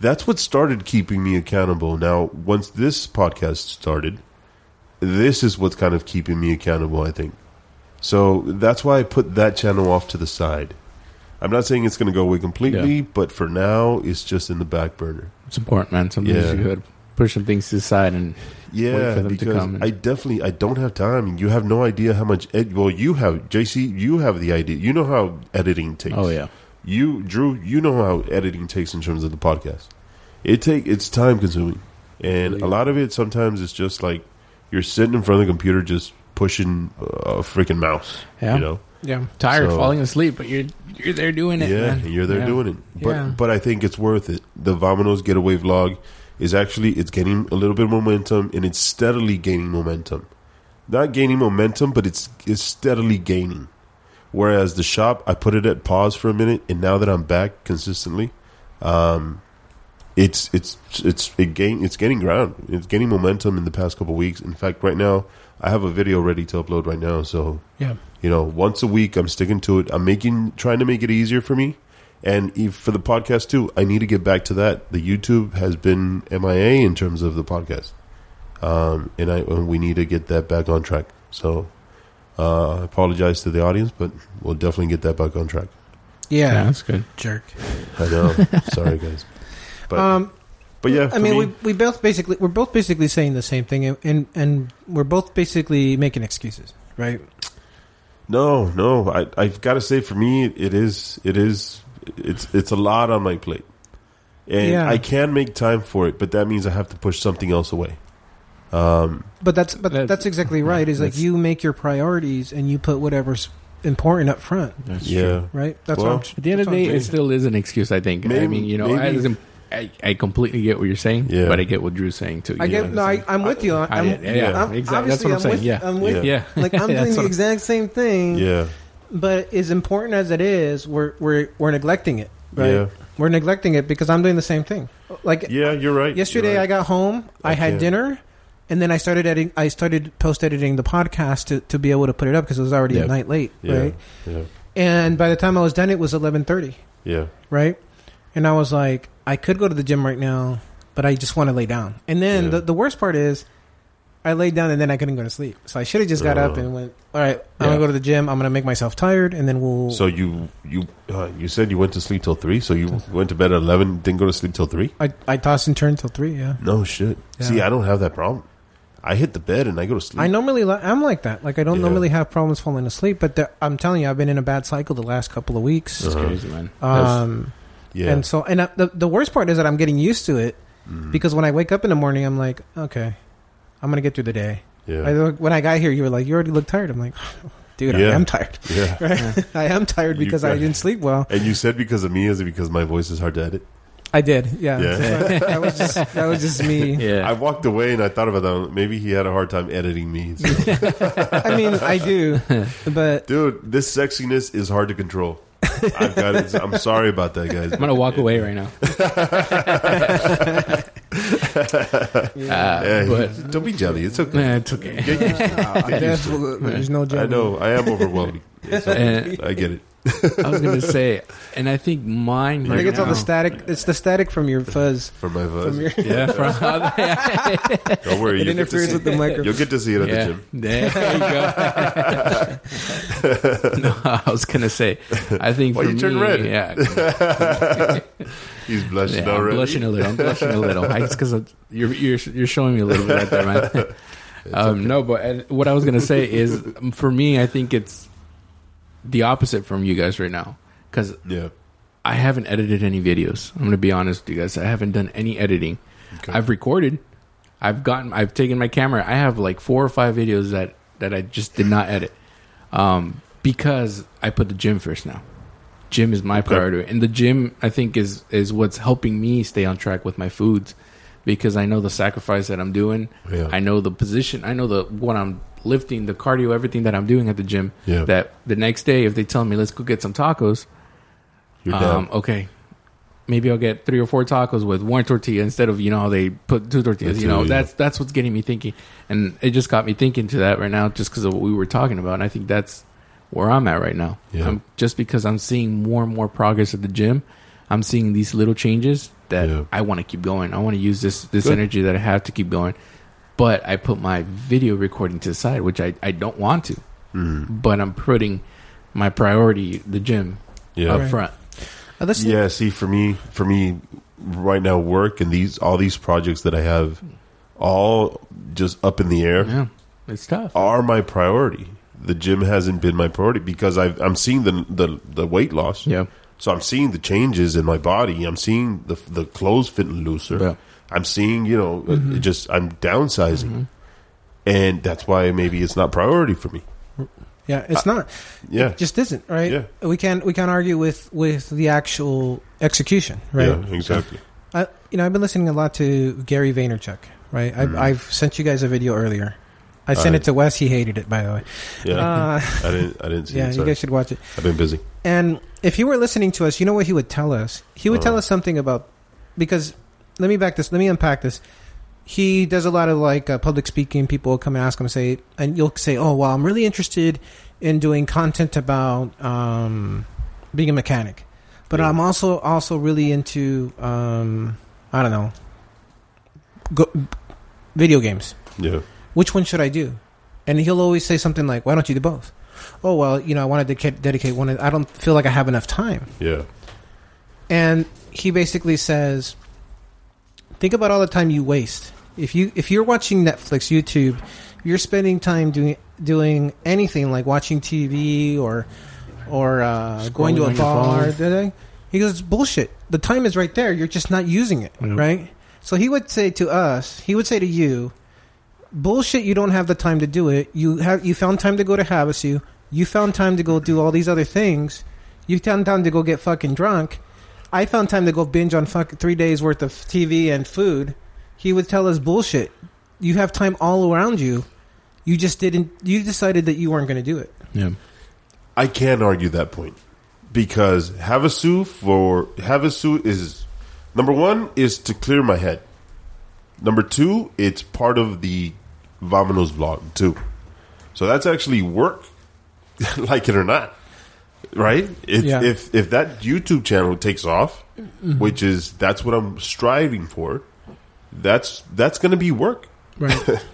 That's what started keeping me accountable. Now, once this podcast started, this is what's kind of keeping me accountable, I think. So that's why I put that channel off to the side. I'm not saying it's going to go away completely, but for now, it's just in the back burner. it's important, man. Sometimes Yeah. you gotta push some things to the side, and oh, Wait Yeah, for them to because come and- I definitely I don't have time. You have no idea how much. Ed, well, you have JC. You have the idea. You know how editing takes. oh yeah, you drew you know how editing takes in terms of the podcast it take it's time consuming and a lot of it sometimes it's just like you're sitting in front of the computer just pushing a freaking mouse yeah. you know yeah, tired, So- falling asleep, but you're you're there doing it. yeah man. you're there Yeah. doing it but Yeah. but i think it's worth it the vominos getaway vlog is actually it's getting a little bit of momentum and it's steadily gaining momentum not gaining momentum but it's it's steadily gaining whereas the shop i put it at pause for a minute and now that i'm back consistently um it's it's it's it gain it's gaining ground it's gaining momentum in the past couple weeks in fact right now i have a video ready to upload right now so yeah. you know, once a week, I'm sticking to it. I'm making, trying to make it easier for me, and if, for the podcast too. I need to get back to that. The YouTube has been MIA in terms of the podcast, um, and I and we need to get that back on track. So, uh, I apologize to the audience, but we'll definitely get that back on track. Yeah, Yeah, that's good. jerk. I know, sorry guys, but Um, but yeah, I mean, we, we both basically we're both basically saying the same thing, and, and and we're both basically making excuses, right? No, no. I I've got to say, for me, it is it is it's it's a lot on my plate, and Yeah. I can make time for it, but that means I have to push something else away. Um, But that's but That's- that's, exactly right. Is like that's- you make your priorities and you put whatever's important up front, That's yeah. right? That's Well, tr- At the end of that's the day, what I'm saying. it still is an excuse. I think. I Maybe- mean, you know, maybe- I, doesn't- I I completely get what you're saying, Yeah. but I get what Drew's saying too. I you get know? no. I, I'm with you. I'm, I- yeah, yeah, I'm- exactly. That's obviously, what I'm saying, with, yeah. I'm with. yeah, Like I'm That's doing what the I'm- exact same thing. Yeah. But as important as it is, we're we're we're neglecting it. Right? Yeah. We're neglecting it because I'm doing the same thing. Like Yeah, you're right. yesterday, you're I right. got home, I, I had can't. dinner, and then I started editing. I started post editing the podcast to, to be able to put it up because it was already Yeah. a night late, Yeah. right? Yeah. And by the time I was done, it was eleven thirty, Yeah. right? And I was like, I could go to the gym right now, but I just want to lay down. And then Yeah. the, the worst part is, I laid down and then I couldn't go to sleep. So I should have just got up Oh. and went. All right, I'm Yeah. gonna go to the gym. I'm gonna make myself tired, and then we'll. So you you uh, you said you went to sleep till three. So you went to bed at eleven, didn't go to sleep till three. I I toss and turn till three. Yeah. No shit. Yeah. See, I don't have that problem. I hit the bed and I go to sleep. I normally li- I'm like that. Like I don't Yeah. normally have problems falling asleep, but there, I'm telling you, I've been in a bad cycle the last couple of weeks. Uh-huh. That's crazy, man. That's- Um, Yeah. and so and I, the the worst part is that I'm getting used to it Mhm. because when I wake up in the morning, I'm like, okay, I'm gonna get through the day. yeah. I look- when I got here, you were like, you already look tired. I'm like, dude, I Yeah. am tired. yeah. I am tired You because I got- didn't sleep well. And you said because of me is it because my voice is hard to edit? I did, yeah. Yeah. that was just that was just me. I yeah, walked away and I thought about that. Maybe he had a hard time editing me. So. I mean, I do, but Dude, this sexiness is hard to control. I've got it. I'm sorry about that, guys. I'm gonna walk away right now. Yeah, Uh, but don't be jelly. It's okay. nah, it's okay. Get used to uh, Get used there's, to there's no it. I joke. know. I am overwhelming. It's okay. I get it. I was gonna say, and I think mine. I Right think it's now, all the static. It's the static from your fuzz. For my voice. From your, Yeah, from, don't worry. You'll get, it to interferes see, with the microphone. you'll get to see it at the gym. There you go. no, I was gonna say. I think Why for you turn me, red? Yeah, He's blushing yeah I'm already. blushing a little. I'm blushing a little. I, it's because you're you're you're showing me a little bit right there, man. Um, No, but uh, what I was gonna say is, um, for me, I think it's the opposite from you guys right now because Yeah. I haven't edited any videos. I'm gonna be honest with you guys. I haven't done any editing. Okay. I've recorded. I've gotten. I've taken my camera. I have like four or five videos that that I just did not edit, um, because I put the gym first now. Gym is my priority, and the gym I think is is what's helping me stay on track with my foods, because I know the sacrifice that I'm doing. Yeah. I know the position. I know the what I'm lifting, the cardio, everything that I'm doing at the gym. Yeah. That the next day, if they tell me let's go get some tacos, You're down. um, okay. Maybe I'll get three or four tacos with one tortilla instead of you know how they put two tortillas. The you two, know yeah. that's that's what's getting me thinking, and it just got me thinking to that right now, just because of what we were talking about. And I think that's where I'm at right now. Yeah. I'm, just because I'm seeing more and more progress at the gym, I'm seeing these little changes that Yeah. I want to keep going. I want to use this this Good. energy that I have to keep going, but I put my video recording to the side, which I I don't want to, Mm. but I'm putting my priority the gym yeah. up Right. front. Oh, this- Yeah, see, for me, for me, right now, work and these all these projects that I have, all just up in the air, Yeah, it's tough. are my priority. The gym hasn't been my priority because I've, I'm seeing the, the the weight loss. Yeah. So I'm seeing the changes in my body. I'm seeing the the clothes fitting looser. Yeah. I'm seeing, you know, it just I'm downsizing, and that's why maybe it's not priority for me. yeah, it's not. Uh, Yeah. It just isn't right. Yeah. We can't we can't argue with with the actual execution, right? Yeah. Exactly. I, you know, I've been listening a lot to Gary Vaynerchuk, right? I've, I've sent you guys a video earlier. I sent Mm-hmm. I- it to Wes. He hated it, by the way. Yeah. Uh, I didn't. I didn't see. yeah, it, you sorry. guys should watch it. I've been busy. And if you were listening to us, you know what he would tell us? He would tell Uh-huh. us something about because let me back this, let me unpack this. He does a lot of like uh, public speaking. People will come and ask him, say, and you'll say, "Oh, well, I'm really interested in doing content about um, being a mechanic, but Yeah. I'm also also really into um, I don't know, go, video games." Yeah. which one should I do? And he'll always say something like, why don't you do both? Oh, well, you know, I want to dedica- dedicate one. I don't feel like I have enough time. Yeah. And he basically says, think about all the time you waste. If you if you're watching Netflix, YouTube, you're spending time doing doing anything like watching TV or or uh, going to Scrolling a on your bar. phone. da- da- He goes, bullshit. The time is right there. You're just not using it, Yep. right? So he would say to us, he would say to you, bullshit. You don't have the time to do it. You have you found time to go to Havasu. You found time to go do all these other things. You found time to go get fucking drunk. I found time to go binge on fuck three days worth of TV and food. He would tell us bullshit. You have time all around you. You just didn't. You decided that you weren't going to do it. Yeah. I can't argue that point because Havasu for Havasu is number one is to clear my head. Number two, it's part of the Vamanos vlog too. So that's actually work, like it or not, right? If Yeah. if if that YouTube channel takes off, which is that's what I'm striving for, that's that's going to be work. Right.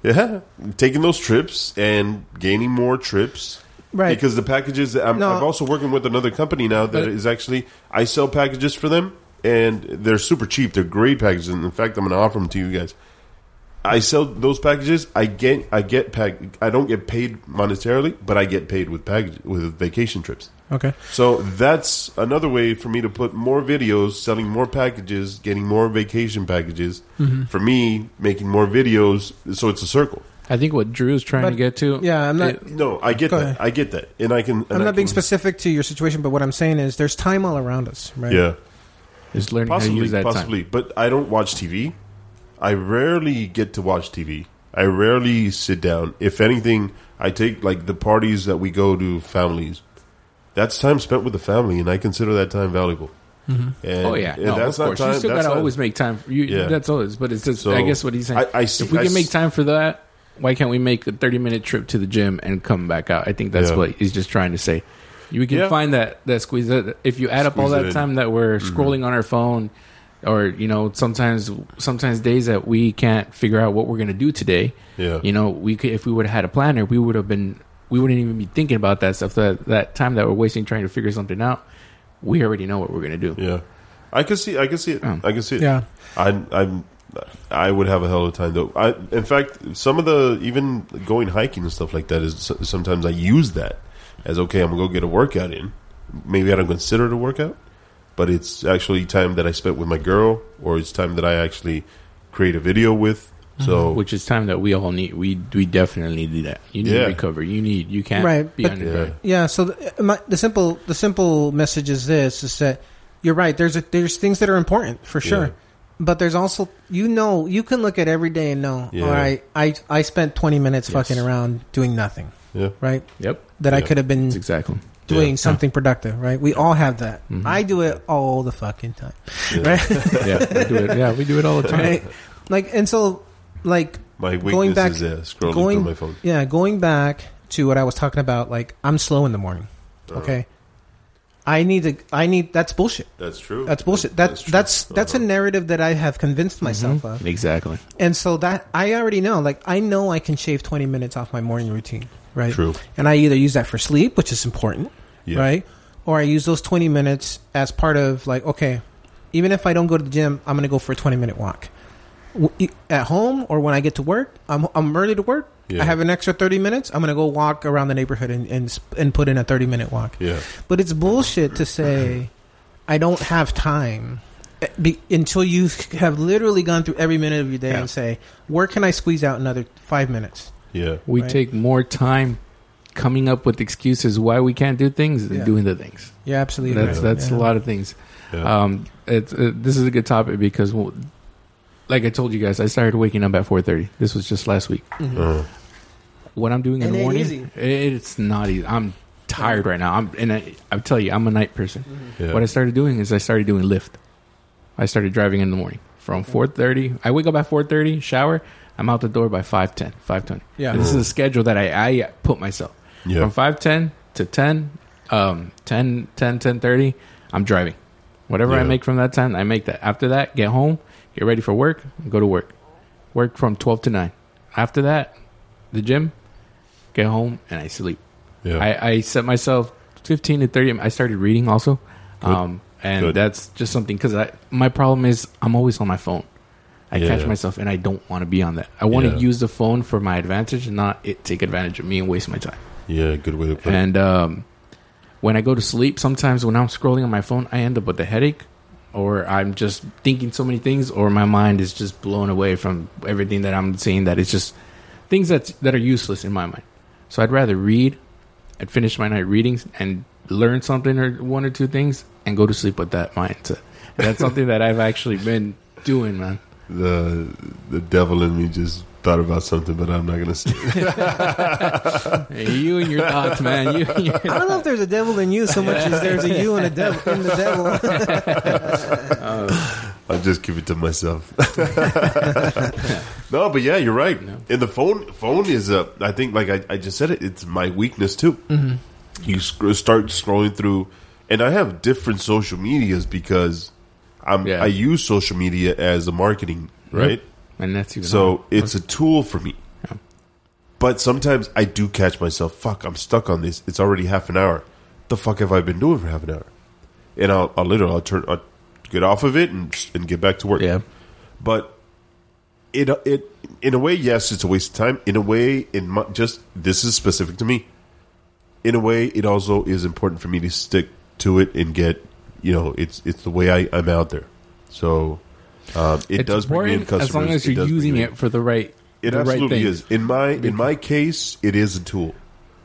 Yeah, taking those trips and gaining more trips. Right. Because the packages, I'm, No. I'm also working with another company now that is But- actually, I sell packages for them and they're super cheap. They're great packages. And in fact, I'm going to offer them to you guys. I sell those packages. I get, I get, pack, I don't get paid monetarily, but I get paid with package, with vacation trips. okay. So that's another way for me to put more videos, selling more packages, getting more vacation packages. Mm-hmm. For me, making more videos, so it's a circle. I think what Drew's trying But- to get to. Yeah, I'm not. it- No, I get Go that. ahead. I get that, and I can. and I'm I not being can- specific to your situation, but what I'm saying is there's time all around us, right? Yeah, is learning how to possibly, use that time. possibly, but I don't watch TV. I rarely get to watch TV. I rarely sit down. If anything, I take like the parties that we go to, families. That's time spent with the family, and I consider that time valuable. And, Oh yeah, and no, that's not of course. time. you still that's gotta not- always make time for you. Yeah. That's always. But it's just, So, I guess what he's saying. I- I see- if we I can make s- time for that, why can't we make a thirty-minute trip to the gym and come back out? I think that's Yeah. what he's just trying to say. You can Yeah. find that that squeeze. That, if you add up all Squeeze it that in. Mm-hmm. time that we're scrolling on our phone, or you know, sometimes sometimes days that we can't figure out what we're gonna do today. Yeah. You know, we could if we would have had a planner, we would have been we wouldn't even be thinking about that stuff. That that time that we're wasting trying to figure something out, we already know what we're gonna do. Yeah, I can see. I can see it. Oh. I can see it. Yeah. I, I'm. I would have a hell of a time though. I, in fact, some of the even going hiking and stuff like that is s- sometimes I use that as okay. I'm gonna go get a workout in. Maybe I don't consider it a workout, but it's actually time that I spent with my girl, or it's time that I actually create a video with. So which is time that Mm-hmm. we all need. We we definitely need that. You need Yeah. to recover. You need you can't Right, be but- unemployed. Yeah. So the, my, the simple the simple message is this: is that you're right. There's a, there's things that are important for sure, Yeah. but there's also you know you can look at every day and know Yeah. all right I I spent 20 minutes Yes. fucking around doing nothing yeah, right Yep, that I Yeah. could have been that's exactly. doing something productive right. We all have that. I do it all the fucking time, Mm-hmm. Yeah. right? Yeah, we do it. Yeah, we do it all the time. right? Like and so like my weakness Going back- is uh, scrolling going- through my phone. yeah going back to what i was talking about like i'm slow in the morning Uh-huh. okay i need to i need that's bullshit That's true. that's bullshit that, that's true. that's, that's a Uh-huh. Mm-hmm. narrative that i have convinced myself of Exactly. and so that i already know like i know i can shave 20 minutes off my morning routine right True. and i either use that for sleep which is important Yeah. right or i use those 20 minutes as part of like okay even if i don't go to the gym i'm gonna go for a 20 minute walk W- e- at home or when i get to work i'm, I'm early to work Yeah. i have an extra 30 minutes i'm gonna go walk around the neighborhood and, and, sp- and put in a 30 minute walk Yeah, but it's bullshit to say I don't have time eh, be, until you have literally gone through every minute of your day Yeah. and say, where can I squeeze out another five minutes? yeah. We Right. take more time coming up with excuses why we can't do things than Yeah. doing the things. Yeah, absolutely. That's right. that's Yeah. a lot of things. yeah. Um, it's uh, this is a good topic because, well, like I told you guys, I started waking up at four thirty. This was just last week. Mhm. Uh, what I'm doing in It the ain't morning, easy. it's not easy. I'm tired right now. I'm and I, I tell you, I'm a night person. yeah. What I started doing is I started doing Lyft. I started driving in the morning from Mm-hmm. 4:30. I wake up at 4:30, shower. I'm out the door by 5:10, 5:20. Yeah. And this is a schedule that I, I put myself Yeah. from 5:10 to 10, um, 10, 10, 10:30. I'm driving. Whatever I Yeah. make from that time, I make that. After that, get home, get ready for work, go to work. Work from 12 to 9. After that, the gym, get home, and I sleep. yeah. I, I set myself 15 to 30. I started reading also. Um, and Good. that's just something because I my problem is I'm always on my phone. I Yeah. catch myself and I don't want to be on that. I want to Yeah. use the phone for my advantage and not it take advantage of me and waste my time. yeah, good way to put it. And um, when I go to sleep, sometimes when I'm scrolling on my phone, I end up with a headache or I'm just thinking so many things or my mind is just blown away from everything that I'm seeing that it's just things that's, that are useless in my mind. So I'd rather read I'd finish my night readings and learn something or one or two things and go to sleep with that mindset. And that's something that I've actually been doing, man. The the devil in me just thought about something, but I'm not gonna say. it. Hey, you and your thoughts, man. You and your, I don't know if there's a devil in you so much as there's a you and a devil in the devil. I'll just give it to myself. no, but yeah, you're right. No. And the phone phone is uh, I think like I, I just said it. It's my weakness too. Mm-hmm. You sc- start scrolling through, and I have different social medias because I'm Yeah. Mm-hmm. I use social media as a marketing right. and that's even So it's a tool for me. Yeah. But sometimes I do catch myself, fuck, I'm stuck on this. It's already half an hour. The fuck have I been doing for half an hour? And I'll, I'll literally, I'll turn, I'll get off of it and, and get back to work. yeah, But it, it, in a way, yes, it's a waste of time. In a way, in my, just, this is specific to me. In a way, it also is important for me to stick to it and get, you know, it's, it's the way I, I'm out there. So, um, it It's does bring me in customers. important as long as does you're bring using me in- it for the right. it the right absolutely thing. is. In my in my case, it is a tool.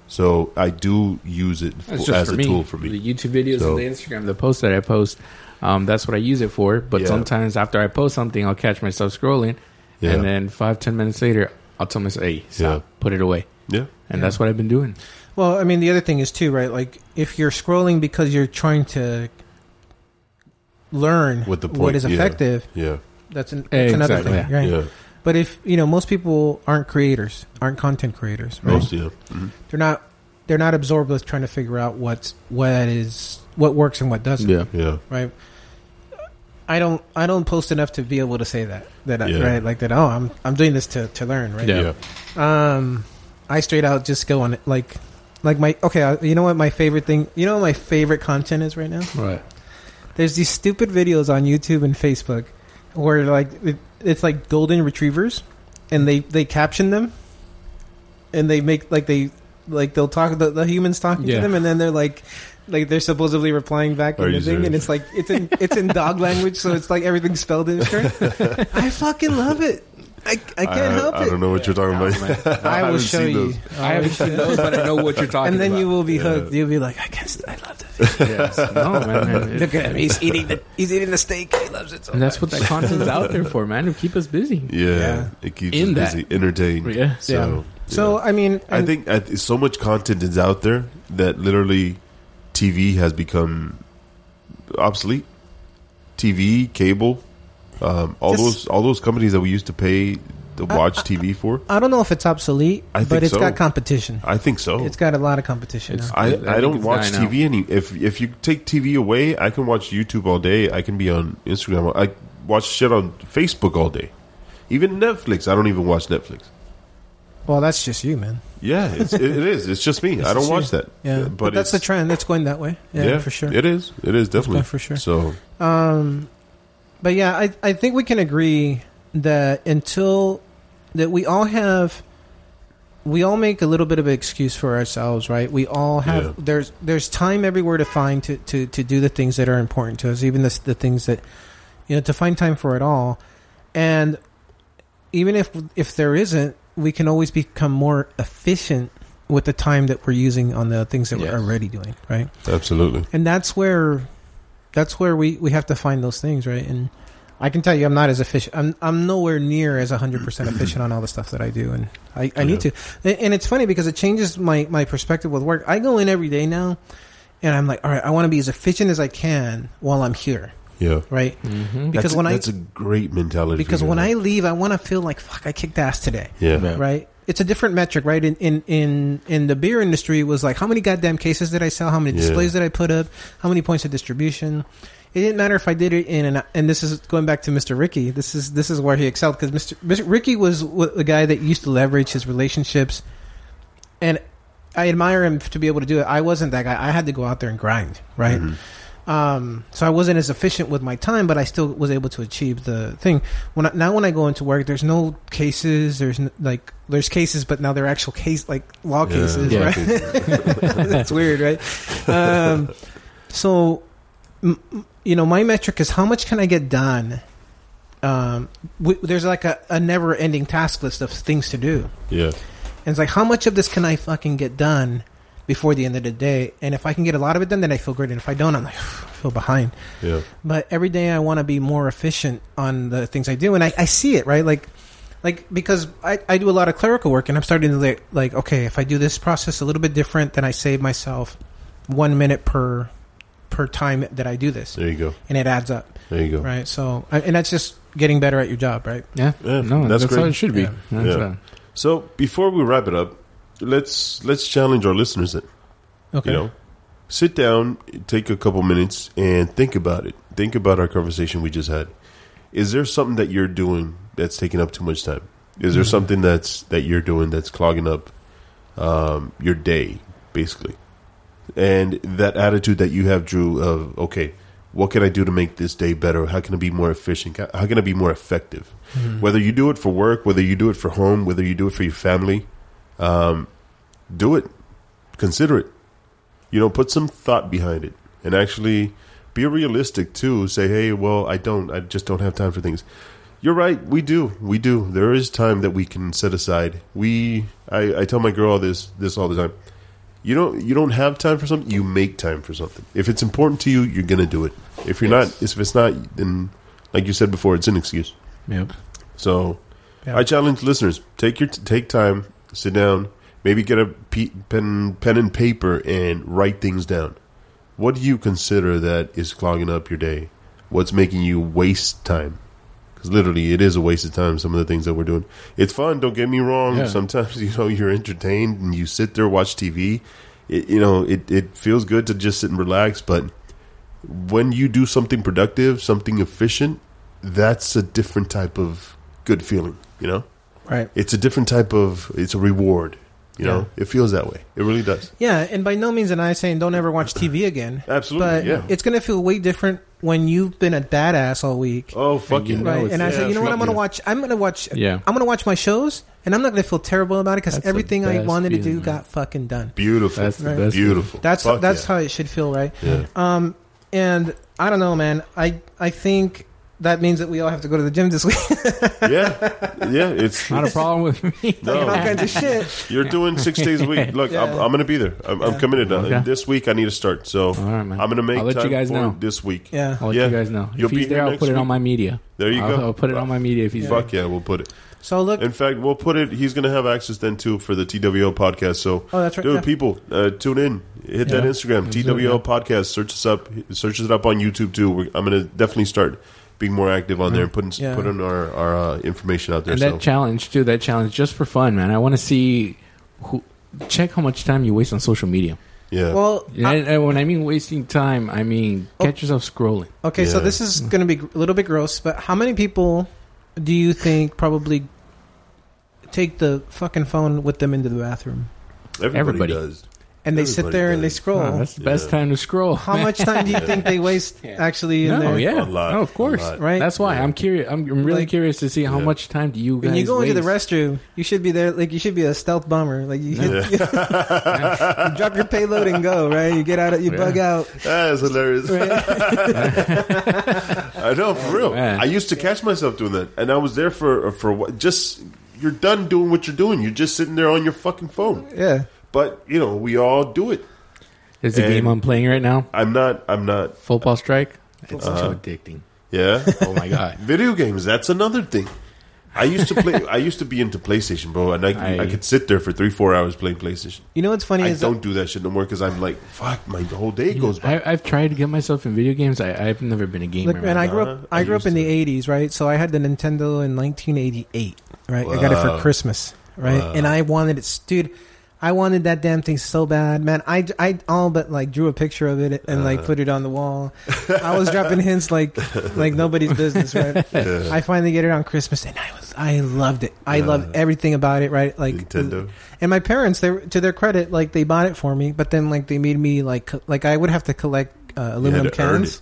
So I do use it for, It's just as for a me. tool for me. The YouTube videos So- and the Instagram, the posts that I post, um, that's what I use it for. But Yeah. sometimes after I post something, I'll catch myself scrolling, Yeah. and then five ten minutes later, I'll tell myself, "Hey, stop, Yeah. put it away." Yeah, And that's what I've been doing. Well, I mean, the other thing is too, right? Like, if you're scrolling because you're trying to learn What the point- what is yeah. effective, yeah, that's, an, Eh, that's another exactly, thing, right? yeah. But if you know, most people aren't creators, aren't content creators, right? Most yeah. Mhm. They're not. They're not absorbed with trying to figure out what's what is what works and what doesn't, yeah, right? I don't. I don't post enough to be able to say that. That I- Yeah. right, like that. Oh, I'm I'm doing this to to learn, right? Yeah. yeah, Um, I straight out just go on it like, like my okay. I, you know what my favorite thing? You know what my favorite content is right now? right. There's these stupid videos on YouTube and Facebook where like it, it's like golden retrievers, and they they caption them, and they make like they like they'll talk the, the humans talking Yeah. to them, and then they're like. Like they're supposedly replying back Are in the you thing, and serious? it's like it's in it's in dog language, so it's like everything's spelled in. straight. I fucking love it. I, I can't help I it. don't know what you're talking Oh, about. man. I I will haven't show seen you. those. I haven't seen those, but I know what you're talking And then about. you will be Yeah. hooked. You'll be like, I can't. St- I love this. Yes. No, man. it- Look at him. He's eating the. He's eating the steak. He loves it so and that's much. what that content's out there for, man. To keep us busy. Yeah, Yeah. it keeps In us that. busy, entertained. Yeah. So, Yeah. So I mean, I think I th- so much content is out there that literally TV has become obsolete. TV, cable, um, all Just- those all those companies that we used to pay to I- watch TV for. I don't know if it's obsolete, I but think it's so. Oh. got competition. I think so. It's got a lot of competition. It's- now. I, I I, think don't it's watch dying TV any. If if you take TV away, I can watch YouTube all day. I can be on Instagram. I watch shit on Facebook all day. Even Netflix. I don't even watch Netflix. Well, that's just you, man. Yeah, it's, it, it is. It's just me. I don't just watch you. that. Yeah, Uh, but, that's the it's- trend. That's going that way. Yeah, for sure. It is. It is definitely for sure. So Um, but yeah, I I think we can agree that until that we all have, we all make a little bit of an excuse for ourselves, right? We all have Yeah. there's there's time everywhere to find to to to do the things that are important to us, even the the things that you know to find time for it all, and even if if there isn't, we can always become more efficient with the time that we're using on the things that Yes. we're already doing, right? absolutely. and that's where that's where we we have to find those things right and i can tell you i'm not as efficient i'm i'm nowhere near as 100% efficient on all the stuff that i do and i, I need Mm-hmm. Yeah. to and, and it's funny because it changes my my perspective with work i go in every day now and i'm like all right i want to be as efficient as i can while i'm here Yeah. right Mm-hmm. Because that's, when I- that's a great mentality. because for when i you. leave i want to feel like fuck i kicked ass today yeah. right? It's a different metric, right? In in in, in the beer industry, it was like how many goddamn cases did I sell? How many Yeah. displays did I put up? How many points of distribution? It didn't matter if I did it in an, and this is going back to Mr. Ricky. This is this is where he excelled because Mr. Mr. Ricky was wa- the guy that used to leverage his relationships, and I admire him to be able to do it. I wasn't that guy. I had to go out there and grind, right? Mhm. Um, so I wasn't as efficient with my time, but I still was able to achieve the thing. When I, now when I go into work, there's no cases. There's n- like there's cases, but now they're actual case like law Yeah. cases, Yeah. right? That's weird, right? Um, so m- m- you know, my metric is how much can I get done. Um, w- there's like a, a never-ending task list of things to do. Yeah. And it's like, how much of this can I fucking get done before the end of the day. And if I can get a lot of it done, then I feel great. And if I don't, I'm like, I feel behind. Yeah. But every day I want to be more efficient on the things I do. And I, I see it, right? Like, like because I, I do a lot of clerical work and I'm starting to like, like, okay, if I do this process a little bit different, then I save myself one minute per per time that I do this. There you go. And it adds up, There you go. right? So, I- and that's just getting better at your job, right? Yeah. Yeah, no, that's that's, great. how it should be. Yeah. That's uh, Yeah. how- So before we wrap it up, let's let's challenge our listeners. Then Okay. you know, sit down, take a couple minutes, and think about it. Think about our conversation we just had. Is there something that you're doing that's taking up too much time? Is there something that's that you're doing that's clogging up um, your day, basically? And that attitude that you have, Drew, of okay, what can I do to make this day better? How can I be more efficient? How can I be more effective? Whether you do it for work, whether you do it for home, whether you do it for your family, um, do it. Consider it you know put some thought behind it and actually be realistic too say hey well i don't i just don't have time for things you're right we do we do there is time that we can set aside we i, I tell my girl this this all the time you don't you don't have time for something you make time for something if it's important to you you're gonna do it if you're not if it's not then like you said before it's an excuse Yep. so Yeah. I challenge listeners: take your take time, sit down, maybe get a pe- pen pen and paper and write things down. What do you consider that is clogging up your day? What's making you waste time? Because literally, it is a waste of time. Some of the things that we're doing, it's fun. Don't get me wrong. Yeah. Sometimes you know you're entertained and you sit there watch TV. It, you know it, it feels good to just sit and relax, but when you do something productive, something efficient, that's a different type of good feeling. You know, Right. it's a different type of it's a reward. You know, it feels that way. It really does. Yeah, and by no means am I saying don't ever watch TV again. Absolutely, But Mm, yeah. it's going to feel way different when you've been a badass all week. oh fuck you you! know right. it's- And I yeah, said, you know what? I'm going to yeah. watch I'm going to watch Yeah. I'm going to watch my shows and I'm not going to feel terrible about it cuz That's the everything I best wanted to do feeling, man. got fucking done. beautiful, That's the Right. best. beautiful. That's Fuck that's yeah. how it should feel, right? Yeah. Um and I don't know, man. I I think that means that we all have to go to the gym this week. yeah, yeah. It's Not a problem with me. No. all kinds of shit. you're doing six days a week. Look, I'm, Yeah. I'm gonna be there. I'm, I'm Yeah. committed. now. Okay. This week I need to start, so All right, man. I'm gonna make I'll let time you guys for know. it this week. Yeah. I'll let Yeah. you guys know. You'll if be he's here there, I'll next put it week. on my media. There you I'll, go. I'll put it on my media if he's there. Fuck yeah, we'll put it. So look, In fact, we'll put it. He's going to have access then too for the TWO podcast. So, Oh, that's right, dude. yeah. People, uh, tune in. Hit that Yeah. Instagram Absolutely. TWO podcast. Search us up. Search us up on YouTube too. We're, I'm going to definitely start being more active on there and putting Yeah. putting our our uh, information out there. Mm. And So that challenge too. That challenge just for fun, man. I want to see who. Check how much time you waste on social media. yeah, well, And, I- and when I mean wasting time, I mean Oh. catch yourself scrolling. Okay, so Yeah. this is going to be a little bit gross, but how many people do you think probably take the fucking phone with them into the bathroom everybody, everybody. does. and they sit Everybody there and they does. scroll? Oh, that's the best Yeah. time to scroll. how much time do you think they waste Yeah. actually in No, there? yeah, A lot, no, of a course. lot. Right? That's why Yeah. I'm curious. I'm, I'm really Like- curious to see how Yeah. much time do you guys when you go waste? into the restroom, you should be there. Like you should be a stealth bomber. Like you, hit, you drop your payload and go. Right? You get out. You bug out. That's hilarious. I know for real. man. I used to catch myself doing that, and I was there for for what? Just you're done doing what you're doing. You're just sitting there on your fucking phone. Yeah. But you know, we all do it. There's a And- game I'm playing right now. I'm not. I'm not. Football Strike. It's so addicting. Yeah. Oh my god. Video games. That's another thing. I used to play. I used to be into PlayStation, bro, and I, I, I- could sit there for three, four hours playing PlayStation. You know what's funny I is don't do that shit no more because I'm like, fuck, my whole day goes by. I, I've tried to get myself in video games. I, I've never been a gamer. Look, man. man, I grew up. Uh, I I grew up used in to. the '80s, right? So I had the Nintendo in 1988, right? I got it Wow. for Christmas, right? And I wanted it, dude. I wanted that damn thing so bad, man. I, I all but like drew a picture of it and Uh. like put it on the wall. I was dropping hints like like nobody's business, right? I finally get it on Christmas, and I was I loved it. I loved everything about it, right? Like Nintendo. and my parents, they were- to their credit, like they bought it for me, but then like they made me like co- like I would have to collect uh, aluminum to earn cans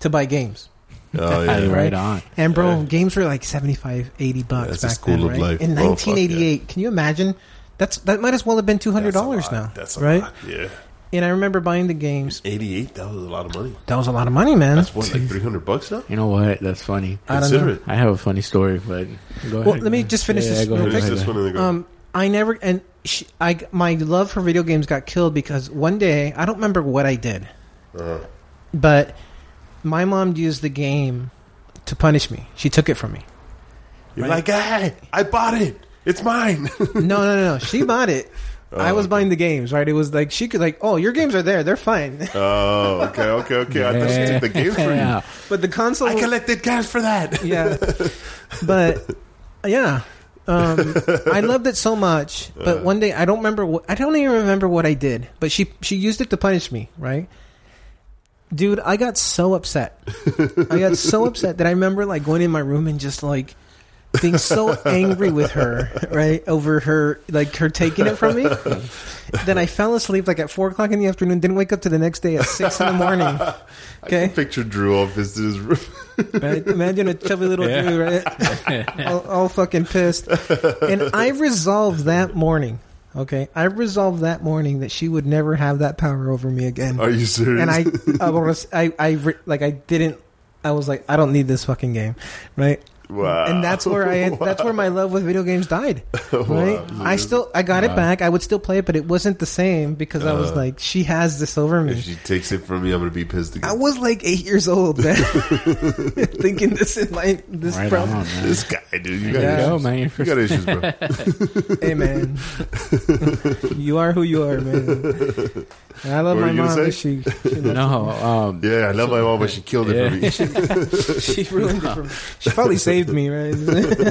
to buy games. Oh Hey, yeah, right on. And bro, games were like 75, 80 That's bucks the back school then, of right? life. In Oh, fuck, 1988, can you imagine? That's that might as well have been two hundred That's a dollars lot. now, That's a right? lot. Yeah, And I remember buying the games. eighty-eight. That was a lot of money. That was a lot of money, man. That's what like three hundred bucks now. You know what? That's funny. I don't Consider know. it. I have a funny story, but go Well, ahead. let me just finish this go real ahead, Finish go this ahead. one and then go. Um, I never and she, I my love for video games got killed because one day I don't remember what I did, Uh, but my mom used the game to punish me. She took it from me. you're like, Right. hey, I bought it. It's mine. No, no, no. no. She bought it. I was buying the games, right? It was like she could like, oh, your games are there, they're fine. Oh, okay, okay, okay. I thought she took the game from you. Yeah. but the console, I collected cash for that. yeah. But yeah, um, I loved it so much. But one day, I don't remember. What, I don't even remember what I did. But she she used it to punish me, right? Dude, I got so upset. I got so upset that I remember like going in my room and just like being so angry with her, right, over her like her taking it from me. then I fell asleep like at four o'clock in the afternoon. Didn't wake up to the next day at six in the morning. I Okay, can picture Drew off his his room. Right? Imagine a chubby little Yeah. dude, right? all, all fucking pissed. And I resolved that morning, okay? I resolved that morning that she would never have that power over me again. Are you serious? and I, I, was, I, I, re- like, I didn't. I was like, I don't need this fucking game, right? wow. And that's where I, Wow. that's where my love with video games died, right? Wow, I dude. still, I got it Wow. back. I would still play it, but it wasn't the same because I was Uh. like, she has this over me. If she takes it from me, I'm gonna be pissed again. I was like eight years old, man. thinking this is my this Right on, problem. man. this guy, dude. You There got you issues. go, man. You're You first- got issues, bro. Hey, man, you are who you are, man. And I What love were my you gonna mom. say? but She, she no, um, Yeah, I love my mom, but she killed it Yeah. for me. she ruined it for me. She probably saved me, right?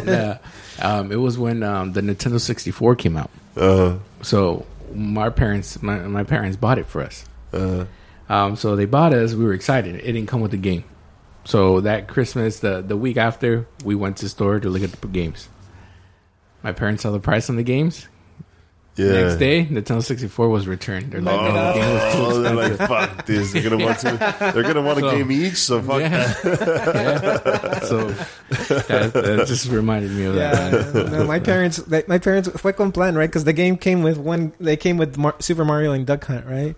yeah. Um, it was when um, the Nintendo 64 came out. Uh, So my parents, my, my parents bought it for us. uh, Um, so they bought us. We were excited. It didn't come with the game. So that Christmas, the the week after, we went to the store to look at the games. My parents saw the price on the games. yeah. Next day, Nintendo 64 was returned. They're like, uh, "No, the game was too Oh, they're like, expensive." fuck this. They're gonna want to. They're gonna want a So- game each. So Oh, fuck. yeah. Yeah. So that, that just reminded me of yeah. that. No, my parents, they, my parents fue con plan, right? Because the game came with one. They came with Mar- Super Mario and Duck Hunt, right?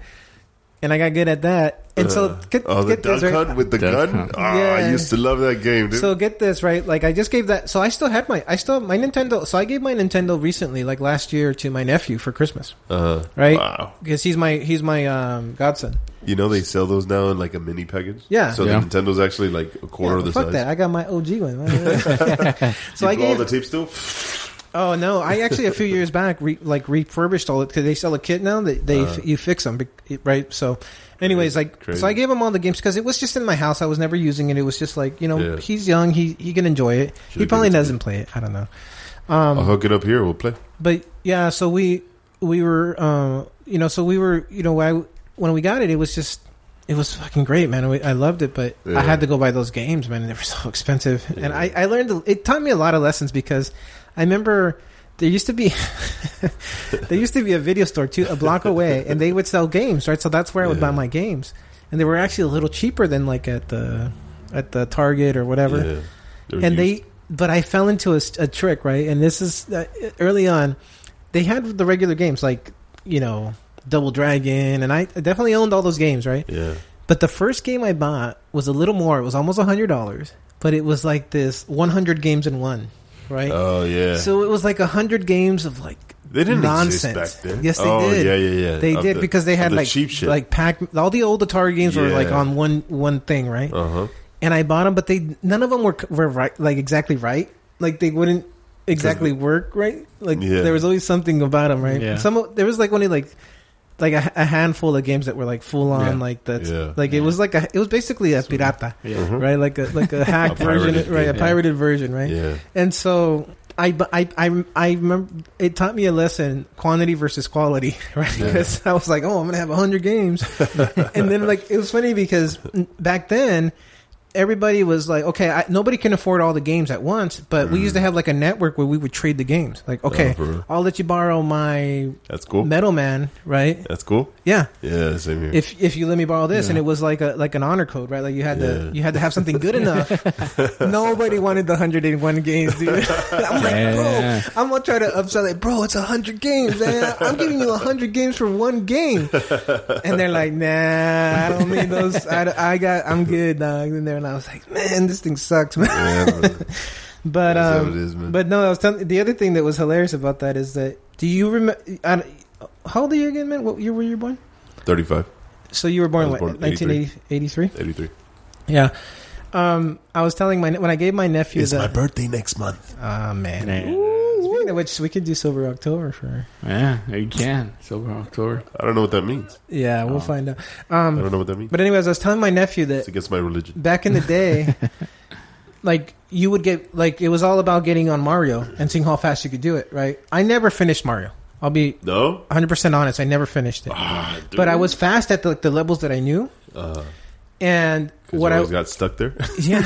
And I got good at that. And so, get, oh, the get duck this right. hunt with the Duck gun. hunt. Ah, I Yeah. used to love that game, dude. So get this right, like I just gave that. So I still had my, I still my Nintendo. So I gave my Nintendo recently, like last year, to my nephew for Christmas, uh, right? Wow. Because he's my he's my um, godson. You know they sell those now in like a mini package. Yeah. So Yeah. the Nintendo's actually like a quarter Yeah, of the fuck size. that! I got my OG one. so you I blow all gave. the tape still. oh no! I actually a few years back re, like refurbished all it because they sell a kit now that they Uh. you fix them bec- right. So, anyways, like Crazy. so I gave him all the games because it was just in my house. I was never using it. It was just like you know Yeah. he's young. He he can enjoy it. he Should've given probably it to doesn't play it. I don't know. Um, I'll hook it up here. We'll play. but yeah, so we we were uh, you know so we were you know I, when we got it it was just it was fucking great man I I loved it but Yeah. I had to go buy those games man and they were so expensive and I I learned it taught me a lot of lessons because I remember there used to be there used to be a video store too a block away and they would sell games right so that's where I would Yeah. buy my games and they were actually a little cheaper than like at the at the Target or whatever Yeah. They're used- and they but i fell into a, s- a trick right and this is uh, early on they had the regular games like you know double dragon and i definitely owned all those games right Yeah. but the first game i bought was a little more it was almost a hundred dollars but it was like this 100 games in one right Oh yeah. so it was like a hundred games of like they didn't nonsense. exist back then. Yes, they oh, did. Yeah, yeah, yeah. they Of did the- because they of had the like cheap shit. like pack all the old Atari games were like Yeah. on one one thing right uh huh. and I bought them, but they none of them were were right, like exactly right. Like they wouldn't exactly work right. Like Yeah. there was always something about them, right? Yeah. Some of, there was like only like like a, a handful of games that were like full on, Yeah. like that. Yeah. Like it was like a it was basically a pirata, Yeah. Mm-hmm. right? Like a like a hacked version, pirated right? A game. pirated version, right? Yeah. And so. I, bu- I, I, I remember it taught me a lesson quantity versus quality right Yeah. because I was like oh I'm gonna have 100 games and then like it was funny because back then everybody was like okay I, nobody can afford all the games at once but we used to have like a network where we would trade the games like Oh, okay for Oh. real? I'll let you borrow my That's cool. Metal Man right That's cool. yeah Yeah, same here. if if you let me borrow this Yeah. and it was like a like an honor code right like you had Yeah. to you had to have something good enough nobody wanted the 101 games dude i'm like Yeah. bro i'm gonna try to upsell it bro it's 100 games man i'm giving you 100 games for one game and they're like nah i don't need those i, I got i'm good dog in there and i was like man this thing sucks man yeah, bro. but That's how um it is, man. but no, I was telling, the other thing that was hilarious about that is that Do you remember? How old are you again, man? What year were you born? 35, So you were born, I was what, born 1983? 83. Yeah. Um, I was telling my when I gave my nephew It's the my birthday next month. Ah man. Nah. Speaking of which, we could do Silver October for. Yeah, you can. Silver October. I don't know what that means. Yeah, we'll Oh. find out. I Um, don't know what that means. but anyways, I was telling my nephew that It's against my religion. back in the day, like you would get like it was all about getting on Mario and seeing how fast you could do it. Right? I never finished Mario. I'll be No? 100 percent honest. I never finished it, Ah, but I dude. was fast at the, the levels that I knew. Uh, And 'cause what you I always got stuck there. yeah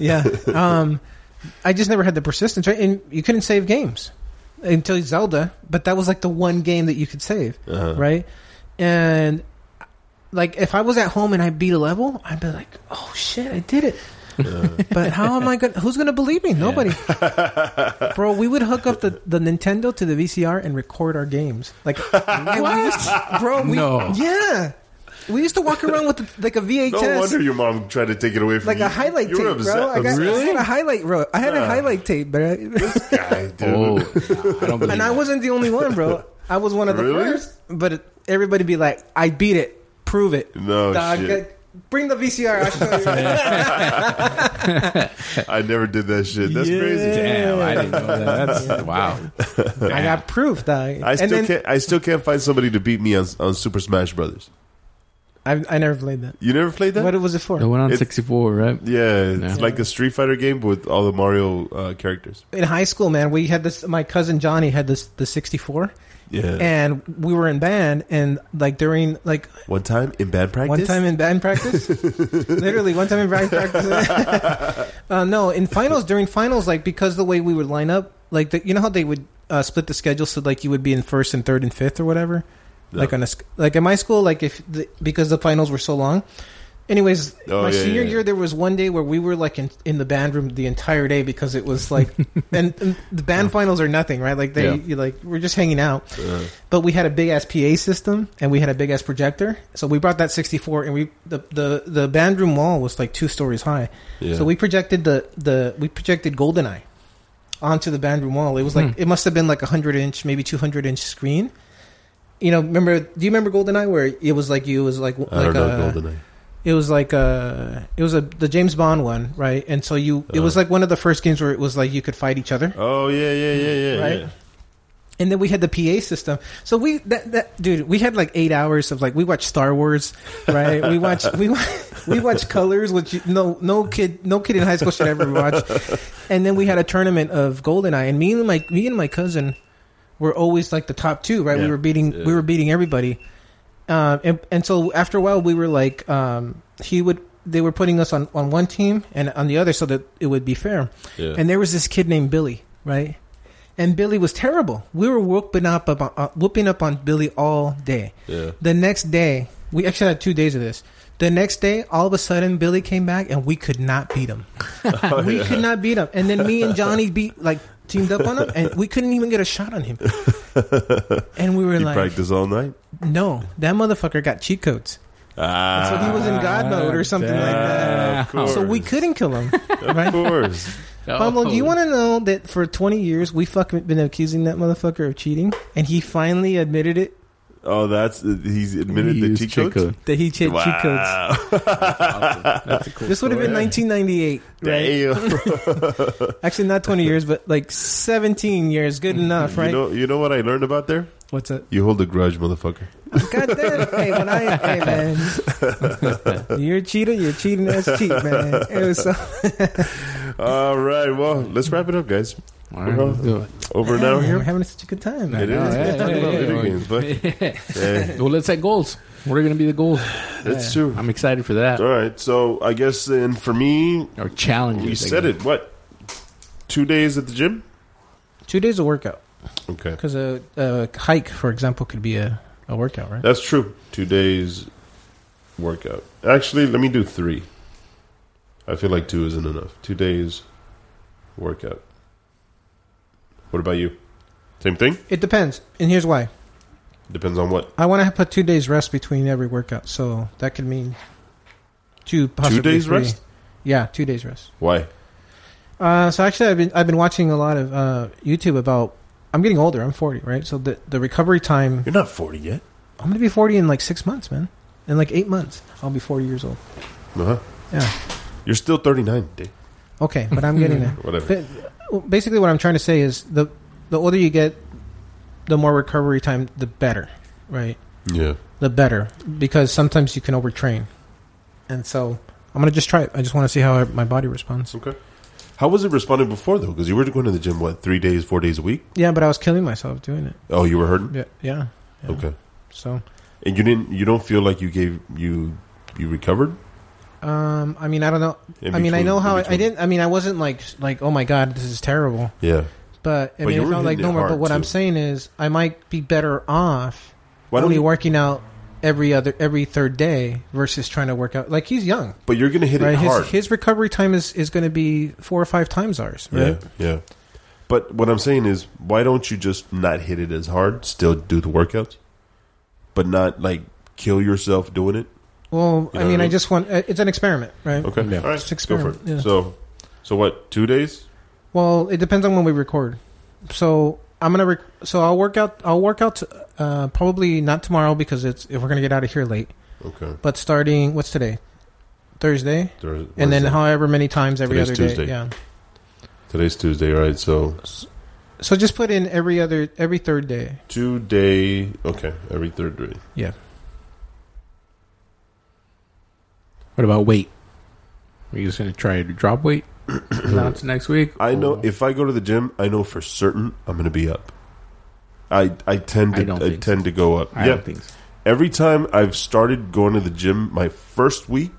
yeah um i just never had the persistence right and you couldn't save games until zelda but that was like the one game that you could save Uh-huh. right and like if i was at home and i beat a level i'd be like oh shit i did it Uh-huh. but how am i gonna who's gonna believe me nobody bro we would hook up the, the nintendo to the vcr and record our games like and we used to- bro we, No. yeah we used to walk around with like a vhs No wonder your mom tried to take it away from like you. a highlight you tape, were bro. upset- I, got, I upset. had a highlight, bro. I had a Nah. highlight tape, bro. Guy, dude. Oh, I don't believe and I that. wasn't the only one, bro. I was one of the Really? first. But it- everybody be like, "I beat it. Prove it." No Dog, Oh, shit. get- Bring the VCR. I'll show you. I never did that shit. That's Yeah. crazy. Damn, I didn't know that. That's wow. I got proof, dog. I still and then can't. I still can't find somebody to beat me on, on Super Smash Brothers. I, I never played that. You never played that? What was it for? the one on It's- sixty four, right? yeah, it's No. like a Street Fighter game with all the Mario uh, characters. In high school, man, we had this. My cousin Johnny had this the sixty four, Yeah. and we were in band. And like during like one time in band practice. One time in band practice, literally one time in band practice. uh, no, in finals during finals, like because the way we would line up, like the, you know how they would uh, split the schedule, so like you would be in first and third and fifth or whatever. No. Like on a sc- like in my school, like if the, because the finals were so long. Anyways, Oh, my yeah, senior yeah, year yeah. there was one day where we were like in, in the band room the entire day because it was like, and, and the band finals are nothing, right? Like they Yeah. you like we're just hanging out Uh, but we had a big ass PA system and we had a big ass projector. So we brought that 64 and we the the the band room wall was like two stories high. yeah. So we projected the the we projected Goldeneye onto the band room wall. It was like Hmm. it must have been like a 100 inch, maybe 200 inch screen. You know, remember do you remember Goldeneye where it was like you it was like like I don't a, know Goldeneye. it was like a it was a the James Bond one, right? And so you it was Uh. like one of the first games where it was like you could fight each other Oh yeah, yeah, yeah, yeah. Right? yeah. and then we had the PA system. So we that, that dude, we had like eight hours of like we watched Star Wars, right? we watched we wa- we watched Colors, which you- no no kid no kid in high school should ever watch. And then we had a tournament of Goldeneye, and me and my me and my cousin were always like the top two, right? We Yeah. were beating Yeah. we were beating everybody, um, and and so after a while we were like um, he would they were putting us on on one team and on the other so that it would be fair. Yeah. And there was this kid named Billy, right? And Billy was terrible. We were whooping up, about, uh, whooping up on Billy all day. yeah. The next day, we actually had two days of this. The next day, all of a sudden, Billy came back and we could not beat him. we could not beat him. And then me and Johnny beat, like, teamed up on him and we couldn't even get a shot on him. And we were You like, practice all night. no, that motherfucker got cheat codes. Ah, So he was in God mode or something like that. Of Oh. course. So we couldn't kill him. Ah, Of course. Pablo, oh. do you want to know that for 20 years we fucking been accusing that motherfucker of cheating, and he finally admitted it Oh, that's he's admitted the cheat codes. that he cheated cheat codes. Wow. That's a cool. This would have been story. 1998, right? Damn. Actually, not 20 years, but like 17 years. Good enough, right? You know, you know what I learned about there? What's up? You hold a grudge, motherfucker. God damn it. Hey, when I, hey, man. You're a cheater. You're cheating as cheat, man. It was so, All right, well, let's wrap it up, guys. All right, let's do it. Over an hour we're here. having such a good time. It is. Yeah, Let's yeah, talk about yeah, video yeah. games, but hey, Well, let's set goals. What are going to be the goals? that's true. I'm excited for that. All right, so I guess then for me, Or challenges. we I said guess. it. What? Two days at the gym. Two days of workout. Okay, Because a, a hike, for example, could be a, a workout, right? that's true. Two days workout. Actually, let me do three. I feel like two isn't enough. Two days workout. What about you? Same thing. It depends. And here's why. Depends on what. I want to put two days rest between every workout, so that could mean two possibly days three. rest? Yeah, two days rest. Why? Uh, so actually, I've been I've been watching a lot of uh, YouTube about I'm getting older. I'm 40, right? So the the recovery time. You're not 40 yet. I'm gonna be 40 in like six months, man. In like eight months, I'll be 40 years old. Uh-huh. Yeah. You're still 39, Dick. Okay, but I'm getting there. Whatever. But, well, basically, what I'm trying to say is the the older you get, the more recovery time, the better, right? Yeah. The better because sometimes you can overtrain, and so I'm gonna just try it. I just want to see how I, my body responds. Okay. How was it responding before, though? Because you were going to the gym, what, three days, four days a week? Yeah, but I was killing myself doing it. Oh, you were hurting? Yeah, yeah. yeah. Okay. So, And you didn't, you don't feel like you gave, you, you recovered? um, I mean, I don't know. in I mean, I between- know in how I, I between? didn't. I mean, I wasn't like like oh my god, this is terrible. Yeah. But I But you mean, were it felt like hitting it normal. But hard, what I'm too. saying is, I might be better off Why don't only you, working out every other every third day versus trying to work out like he's young. but you're going to hit Right? it His, hard. his recovery time is, is going to be four or five times ours. Right? Yeah, yeah. But what I'm saying is, why don't you just not hit it as hard? Still do the workouts, but not like kill yourself doing it. Well, You I know what I mean, I mean? just want uh, it's an experiment, right? Okay, Yeah. all right, Just go for it. experiment, yeah. So, so what? Two days? Well, it depends on when we record. So I'm gonna rec- so I'll work out I'll work out uh, probably not tomorrow because it's if we're gonna get out of here late. Okay, But starting what's today, Thursday, Thurs- and then Wednesday. however many times every Today's other day. Tuesday. Yeah. today's Tuesday, right? So So just put in every other every third day. two day. Okay, every third day. What about weight? Are you just gonna try to drop weight? Announce next week. I know Or- if I go to the gym, I know for certain I'm going to be up. I I tend to I I, don't think tend to go up. I yeah, don't think so. every time I've started going to the gym, my first week,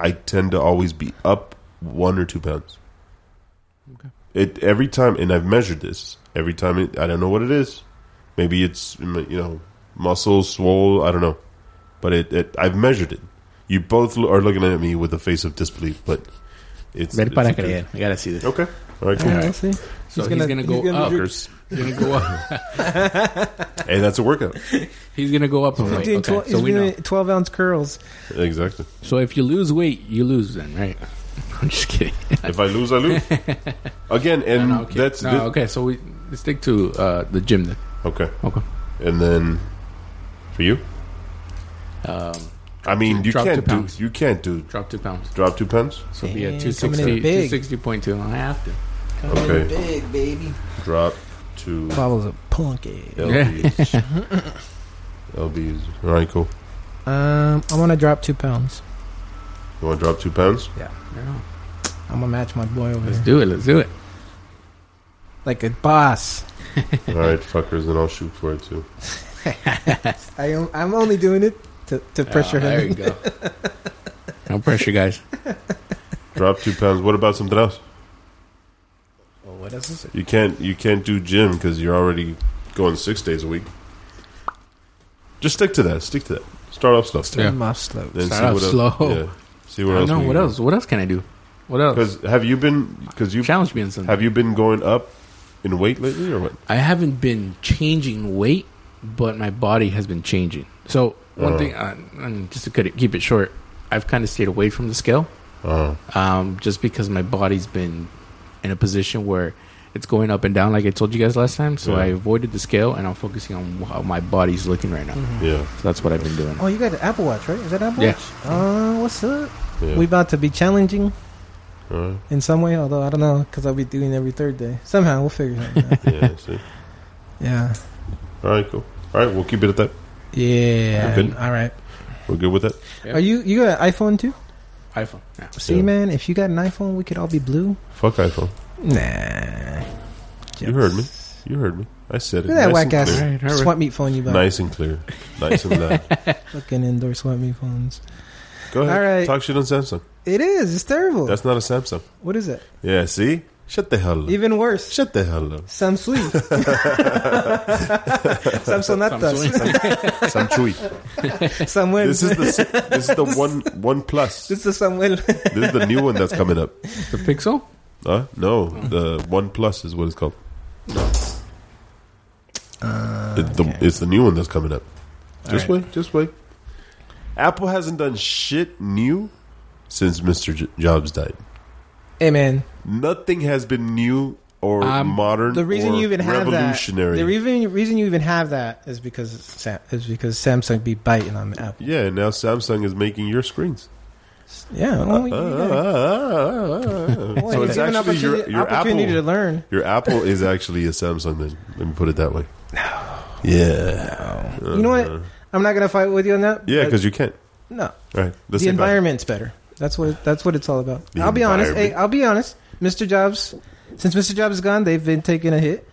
I tend to always be up one or two pounds. Okay. It every time, and I've measured this every time. It, I don't know what it is. Maybe it's you know muscles swole. I don't know, but it, it I've measured it. You both lo- are looking at me with a face of disbelief, but it's, Ver it's para the truth. creer. I gotta see this. Okay, all right, cool. All right. see. So he's He's gonna, gonna- go he's gonna up. do- Fuckers. He's gonna go up. Hey, that's a workout. He's gonna go up in He's weight. doing, Okay, 12, so he's we know. doing 12 ounce curls. Exactly. So if you lose weight, you lose then, right? I'm just kidding. If I lose, I lose. Again, and No, no, okay. that's No, thi- okay. So we stick to uh, the gym then. okay. Okay. And then for you, Um, I mean, you Drop two can't do pounds. you can't do drop two pounds. drop two pounds. So be Dang, at coming 260, in big. 260.2. I have to. Okay. Big baby. Drop two Bottles of punky. lbs. lbs. All right, cool. Um, I want to drop two pounds. You want to drop two pounds? Yeah. I'm gonna match my boy over Let's here. do it. Let's do it. Like a boss. All right, fuckers, and I'll shoot for it too. I am, I'm only doing it to, to pressure Oh, There him. you go. no pressure, guys. Drop two pounds. What about something else? what else is it? You can't you can't do gym because you're already going six days a week. Just stick to that. Stick to that. Start off slow. Yeah. Turn off slow. Then Start off slow. Yeah. See I where else. don't know we what can go. else. What else can I do? What else? Because have you been? Because you Challenge me in something. have you been going up in weight lately, or what? I haven't been changing weight, but my body has been changing. So one Uh-huh. thing, uh, and just to cut it, keep it short, I've kind of stayed away from the scale, Uh, um, just because my body's been in a position where it's going up and down, like I told you guys last time. So Yeah. I avoided the scale, and I'm focusing on how my body's looking right now. yeah, So that's what I've been doing. Mm-hmm. Oh, you got an Apple Watch, right? Is that Apple Yeah. Watch? Uh, what's up? yeah. We about to be challenging Alright, in some way, although I don't know because I'll be doing every third day. Somehow we'll figure something out. yeah. See. yeah. All right, cool. All right, we'll keep it at that. Yeah. Good. All right. We're good with that. Yeah. Are you you got an iPhone too? iPhone. Yeah. See, Yeah. man, if you got an iPhone, we could all be blue. Fuck iPhone. Nah. You heard me. You heard me. I said it. Look at that whack and ass clear. Alright, alright. sweat meat phone you bought. Nice and clear. Nice and loud. Fucking indoor sweat meat phones. Go ahead. All right. Talk shit on Samsung. It is. It's terrible. That's not a Samsung. what is it? Yeah. See. Shut the hell up. Even worse. Shut the hell up. Samsung. Samsonatas. Samsui. Samuel. This is the this is the one one plus. This This is Samuel. is the new one that's coming up. The Pixel? Huh? No, the one plus is what it's called. Uh, It- the- it's the new one that's coming up. Just All wait, just wait. Apple hasn't done shit new since Mr. J- Jobs died. hey, man. Nothing has been new or Um, modern. The reason or you even have revolutionary. that. The reason reason you even have that is because Sam, is because Samsung be biting on Apple. yeah, now Samsung is making your screens. Yeah, only, Ah, ah, ah, ah, ah. so it's actually your, your opportunity to Apple. learn. Your Apple is actually a Samsung. Then let me put it that way. Yeah. Uh-huh. You know what? I'm not gonna fight with you on that. Yeah, but- because you can't. no, All right. let's the say bye. environment's better. That's what that's what it's all about. The I'll be honest. Hey, environment. I'll be honest. Mr. Jobs, since Mr. Jobs is gone, they've been taking a hit,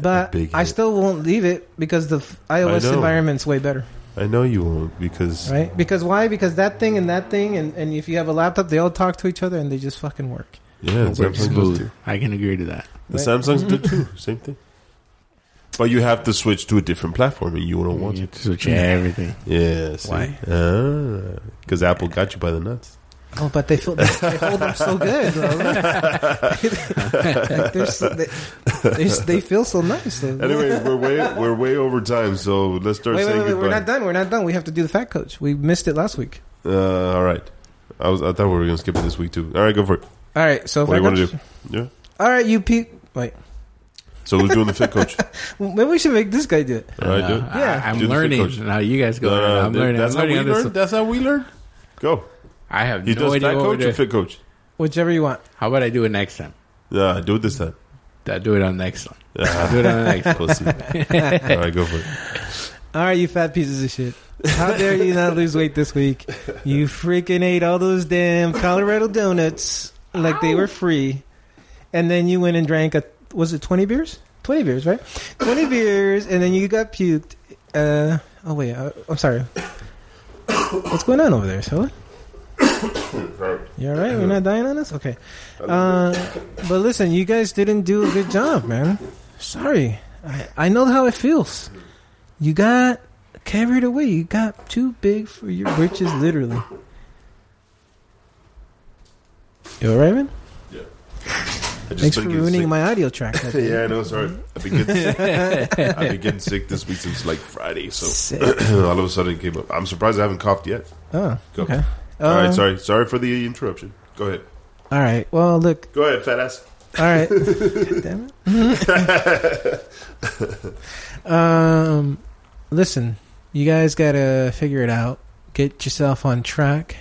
but big I hit. still won't leave it because the f- iOS know. environment's way better, I know you won't because right? Because why? Because that thing and that thing, and, and if you have a laptop, they all talk to each other and they just fucking work. yeah, It works Samsung does smooth. too. I can agree to that. The Right. Samsungs do too. Same thing. But you have to switch to a different platform, and you wouldn't want to. You have to switch everything. Yes. Why? Because Ah, Apple got you by the nuts. Oh, but they feel they hold them so good, bro. Like, they're so- they, they, they feel so nice. though. Anyway, we're way we're way over time, so let's start wait, wait, saying wait, goodbye. We're not done. We're not done. We have to do the fat coach. We missed it last week. Uh, all right. I was I thought we were gonna skip it this week too. All right, go for it. All right. So What do fat you want to coach. do? Yeah. All right, you pe Wait, So who's doing the fit coach? maybe we should make this guy do it. All right, do it. I, Yeah. Uh, I'm Do the free learning. coach. Now you guys go. No, no, no, I'm learning. That's I'm learning how on we this. learned. That's how we learned. Go. I have He no does idea fat what we're coach or doing. fit coach? Whichever you want. How about I do it next time? Yeah, do it this time. I do it on the next one. Ah, Do it on the next. one. Pussy. All right, go for it. All right, you fat pieces of shit. How dare you not lose weight this week? You freaking ate all those damn Colorado donuts like they were free, and then you went and drank a was it twenty beers? Twenty beers, right? Twenty beers, and then you got puked. Uh, oh wait, I, I'm sorry. What's going on over there, Silla? You all right? We're not dying on us, okay? Uh, but listen, you guys didn't do a good job, man. Sorry, I, I know how it feels. You got carried away. You got too big for your britches, literally. You alright, man? I just Thanks for been getting ruining sick. my audio track. that day. yeah, I know. Sorry, I've been getting sick. I've been getting sick this week since like Friday, so Sick. all of a sudden it came up. I'm surprised I haven't coughed yet. Oh, Go. okay. All right, Um, sorry, sorry for the interruption. Go ahead, All right. Well, look. go ahead, fat ass. All right. God damn it. um, listen, you guys gotta figure it out. Get yourself on track.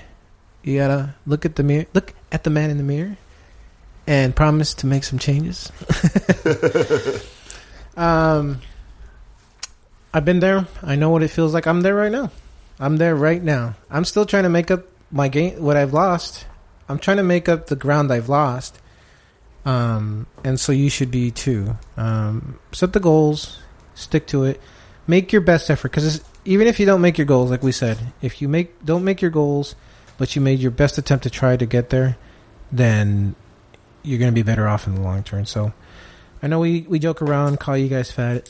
You gotta look at the mirror. Look at the man in the mirror, and promise to make some changes. um, I've been there. I know what it feels like. I'm there right now. I'm there right now. I'm still trying to make up my game. What I've lost. I'm trying to make up the ground I've lost um, and so you should be too. Um, set the goals, stick to it, make your best effort. Because even if you don't make your goals, like we said, if you make don't make your goals, but you made your best attempt to try to get there, then you're going to be better off in the long term. So I know we we joke around, call you guys fat,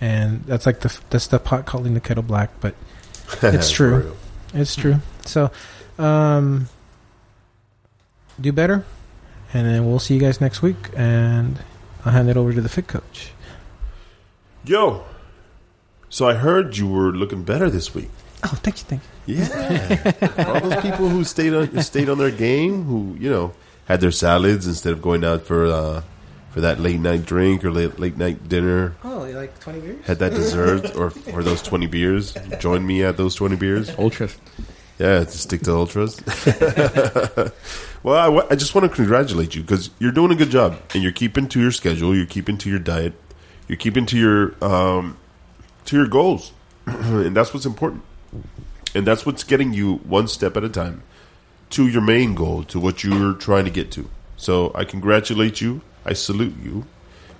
and that's like the that's the pot calling the kettle black, but It's For true. real. it's true. So um, do better, and then we'll see you guys next week. And I'll hand it over to the fit coach. Yo, so I heard you were looking better this week. Oh, thank you, thank you. Yeah, all those people who stayed on stayed on their game, who you know had their salads instead of going out for uh, for that late night drink or late late night dinner. Oh, you like twenty beers? Had that dessert or or those twenty beers. Join me at those twenty beers. Ultra. Yeah, to stick to ultras. well, I wa- I just want to congratulate you because you're doing a good job and you're keeping to your schedule, you're keeping to your diet, you're keeping to your um, to your goals, and that's what's important. And that's what's getting you one step at a time to your main goal, to what you're trying to get to. So I congratulate you, I salute you,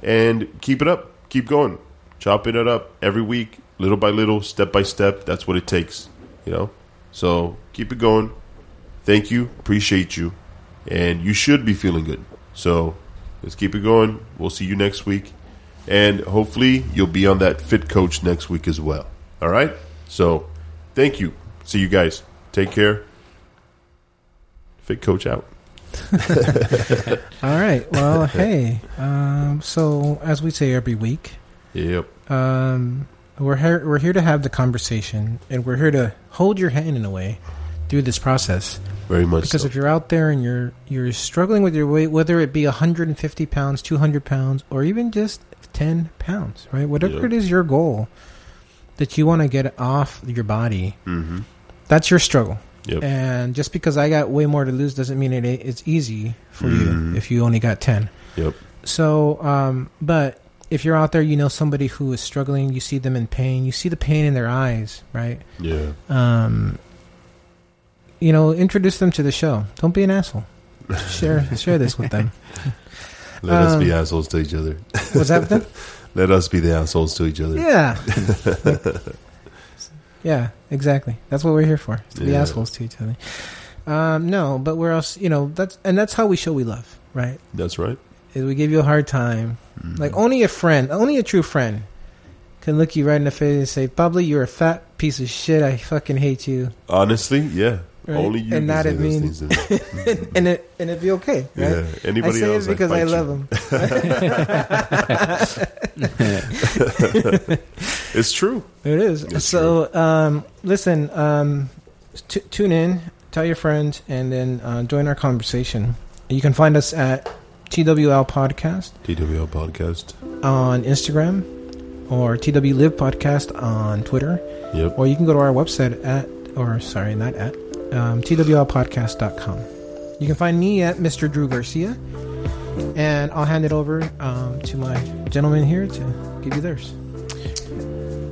and keep it up, keep going, chopping it up every week, little by little, step by step. That's what it takes, you know. So keep it going. Thank you. Appreciate you. And you should be feeling good. So let's keep it going. We'll see you next week. And hopefully you'll be on that fit coach next week as well. All right? So thank you. See you guys. Take care. Fit coach out. All right. Well, hey. Um, so as we say every week, Yep. um, we're here. We're here to have the conversation, and we're here to hold your hand in a way through this process. Very much Because so. if you're out there and you're you're struggling with your weight, whether it be 150 pounds, 200 pounds, or even just 10 pounds, right? Whatever Yeah. it is your goal that you want to get off your body, mm-hmm. that's your struggle. Yep. And just because I got way more to lose doesn't mean it it's easy for Mhm. you if you only got 10. Yep. So, um, but if you're out there, you know somebody who is struggling, you see them in pain, you see the pain in their eyes, right? Yeah. um, you know, introduce them to the show. Don't be an asshole. Share share this with them. Let us be Um, assholes to each other. What's happening? Let us be the assholes to each other. Yeah. yeah, exactly. That's what we're here for. is To be Yeah. assholes to each other. Um, no, but we're else you know, that's and that's how we show we love, right? That's right. Is we give you a hard time. Mhm. Mm-hmm. Like only a friend, only a true friend can look you right in the face and say, Pablo, you're a fat piece of shit. I fucking hate you. Mm-hmm. honestly, yeah. Right? Only you can and not say it those mean things to me. and, and it and it'd be okay, right? Yeah. Anybody I say else it because I, I, fight you. love him. It's true. It is. That's so, um, listen, um, t- tune in, tell your friends, and then uh, join our conversation. You can find us at TWL Podcast TWL podcast. on Instagram or TW Live Podcast on Twitter, Yep. or you can go to our website at, or sorry, not at, um, TWLpodcast.com. You can find me at Mr. Drew Garcia, and I'll hand it over um, to my gentleman here to give you theirs.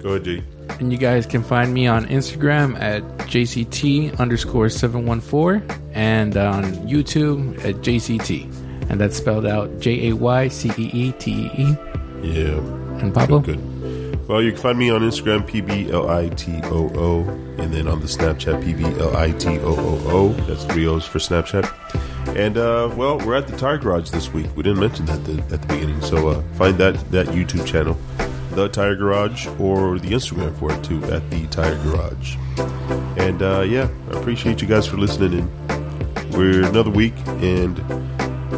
Go ahead, Jake. And you guys can find me on Instagram at JCT underscore 714 and on YouTube at JCT. And that's spelled out J A Y C E E T E E. Yeah. And Pablo? Good, good. Well, you can find me on Instagram, PBLITOO, and then on the Snapchat, PBLITOOO. That's three O's for Snapchat. And, uh, well, we're at the Tire Garage this week. We didn't mention that the, at the beginning. So uh, find that, that YouTube channel, The Tire Garage, or the Instagram for it, too, at The Tire Garage. And, uh, yeah, I appreciate you guys for listening in. We're another week, and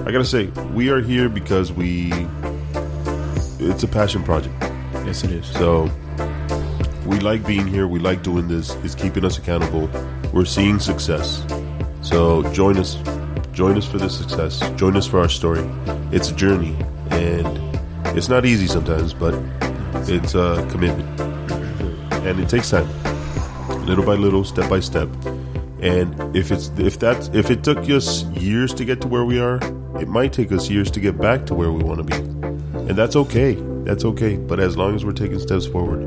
I gotta say, we are here because we. It's a passion project. Yes, it is. So we like being here. We like doing this. It's keeping us accountable. We're seeing success. So join us. Join us for the success. Join us for our story. It's a journey, and it's not easy sometimes, but it's a commitment, and it takes time, little by little, step by step. And if it's if that's if it took us years to get to where we are, it might take us years to get back to where we want to be. And that's okay. That's okay. But as long as we're taking steps forward.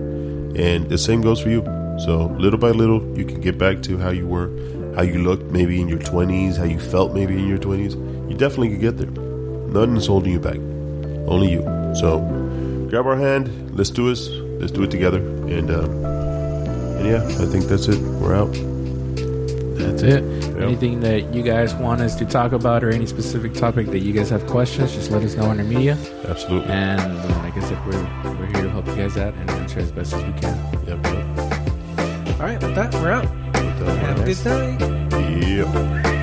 And the same goes for you. So little by little, you can get back to how you were, how you looked maybe in your 20s, how you felt maybe in your 20s. You definitely can get there. Nothing is holding you back. Only you. So grab our hand. Let's do this. Let's do it together. And, um, and yeah, I think that's it. We're out. That's it. Anything that you guys want us to talk about or any specific topic that you guys have questions, just let us know in our media. Absolutely. And uh, like I said, we're, we're here to help you guys out and answer as best as we can. Yep, yep. All right, with that, we're out. With that, Have a good night. we're out. Yep.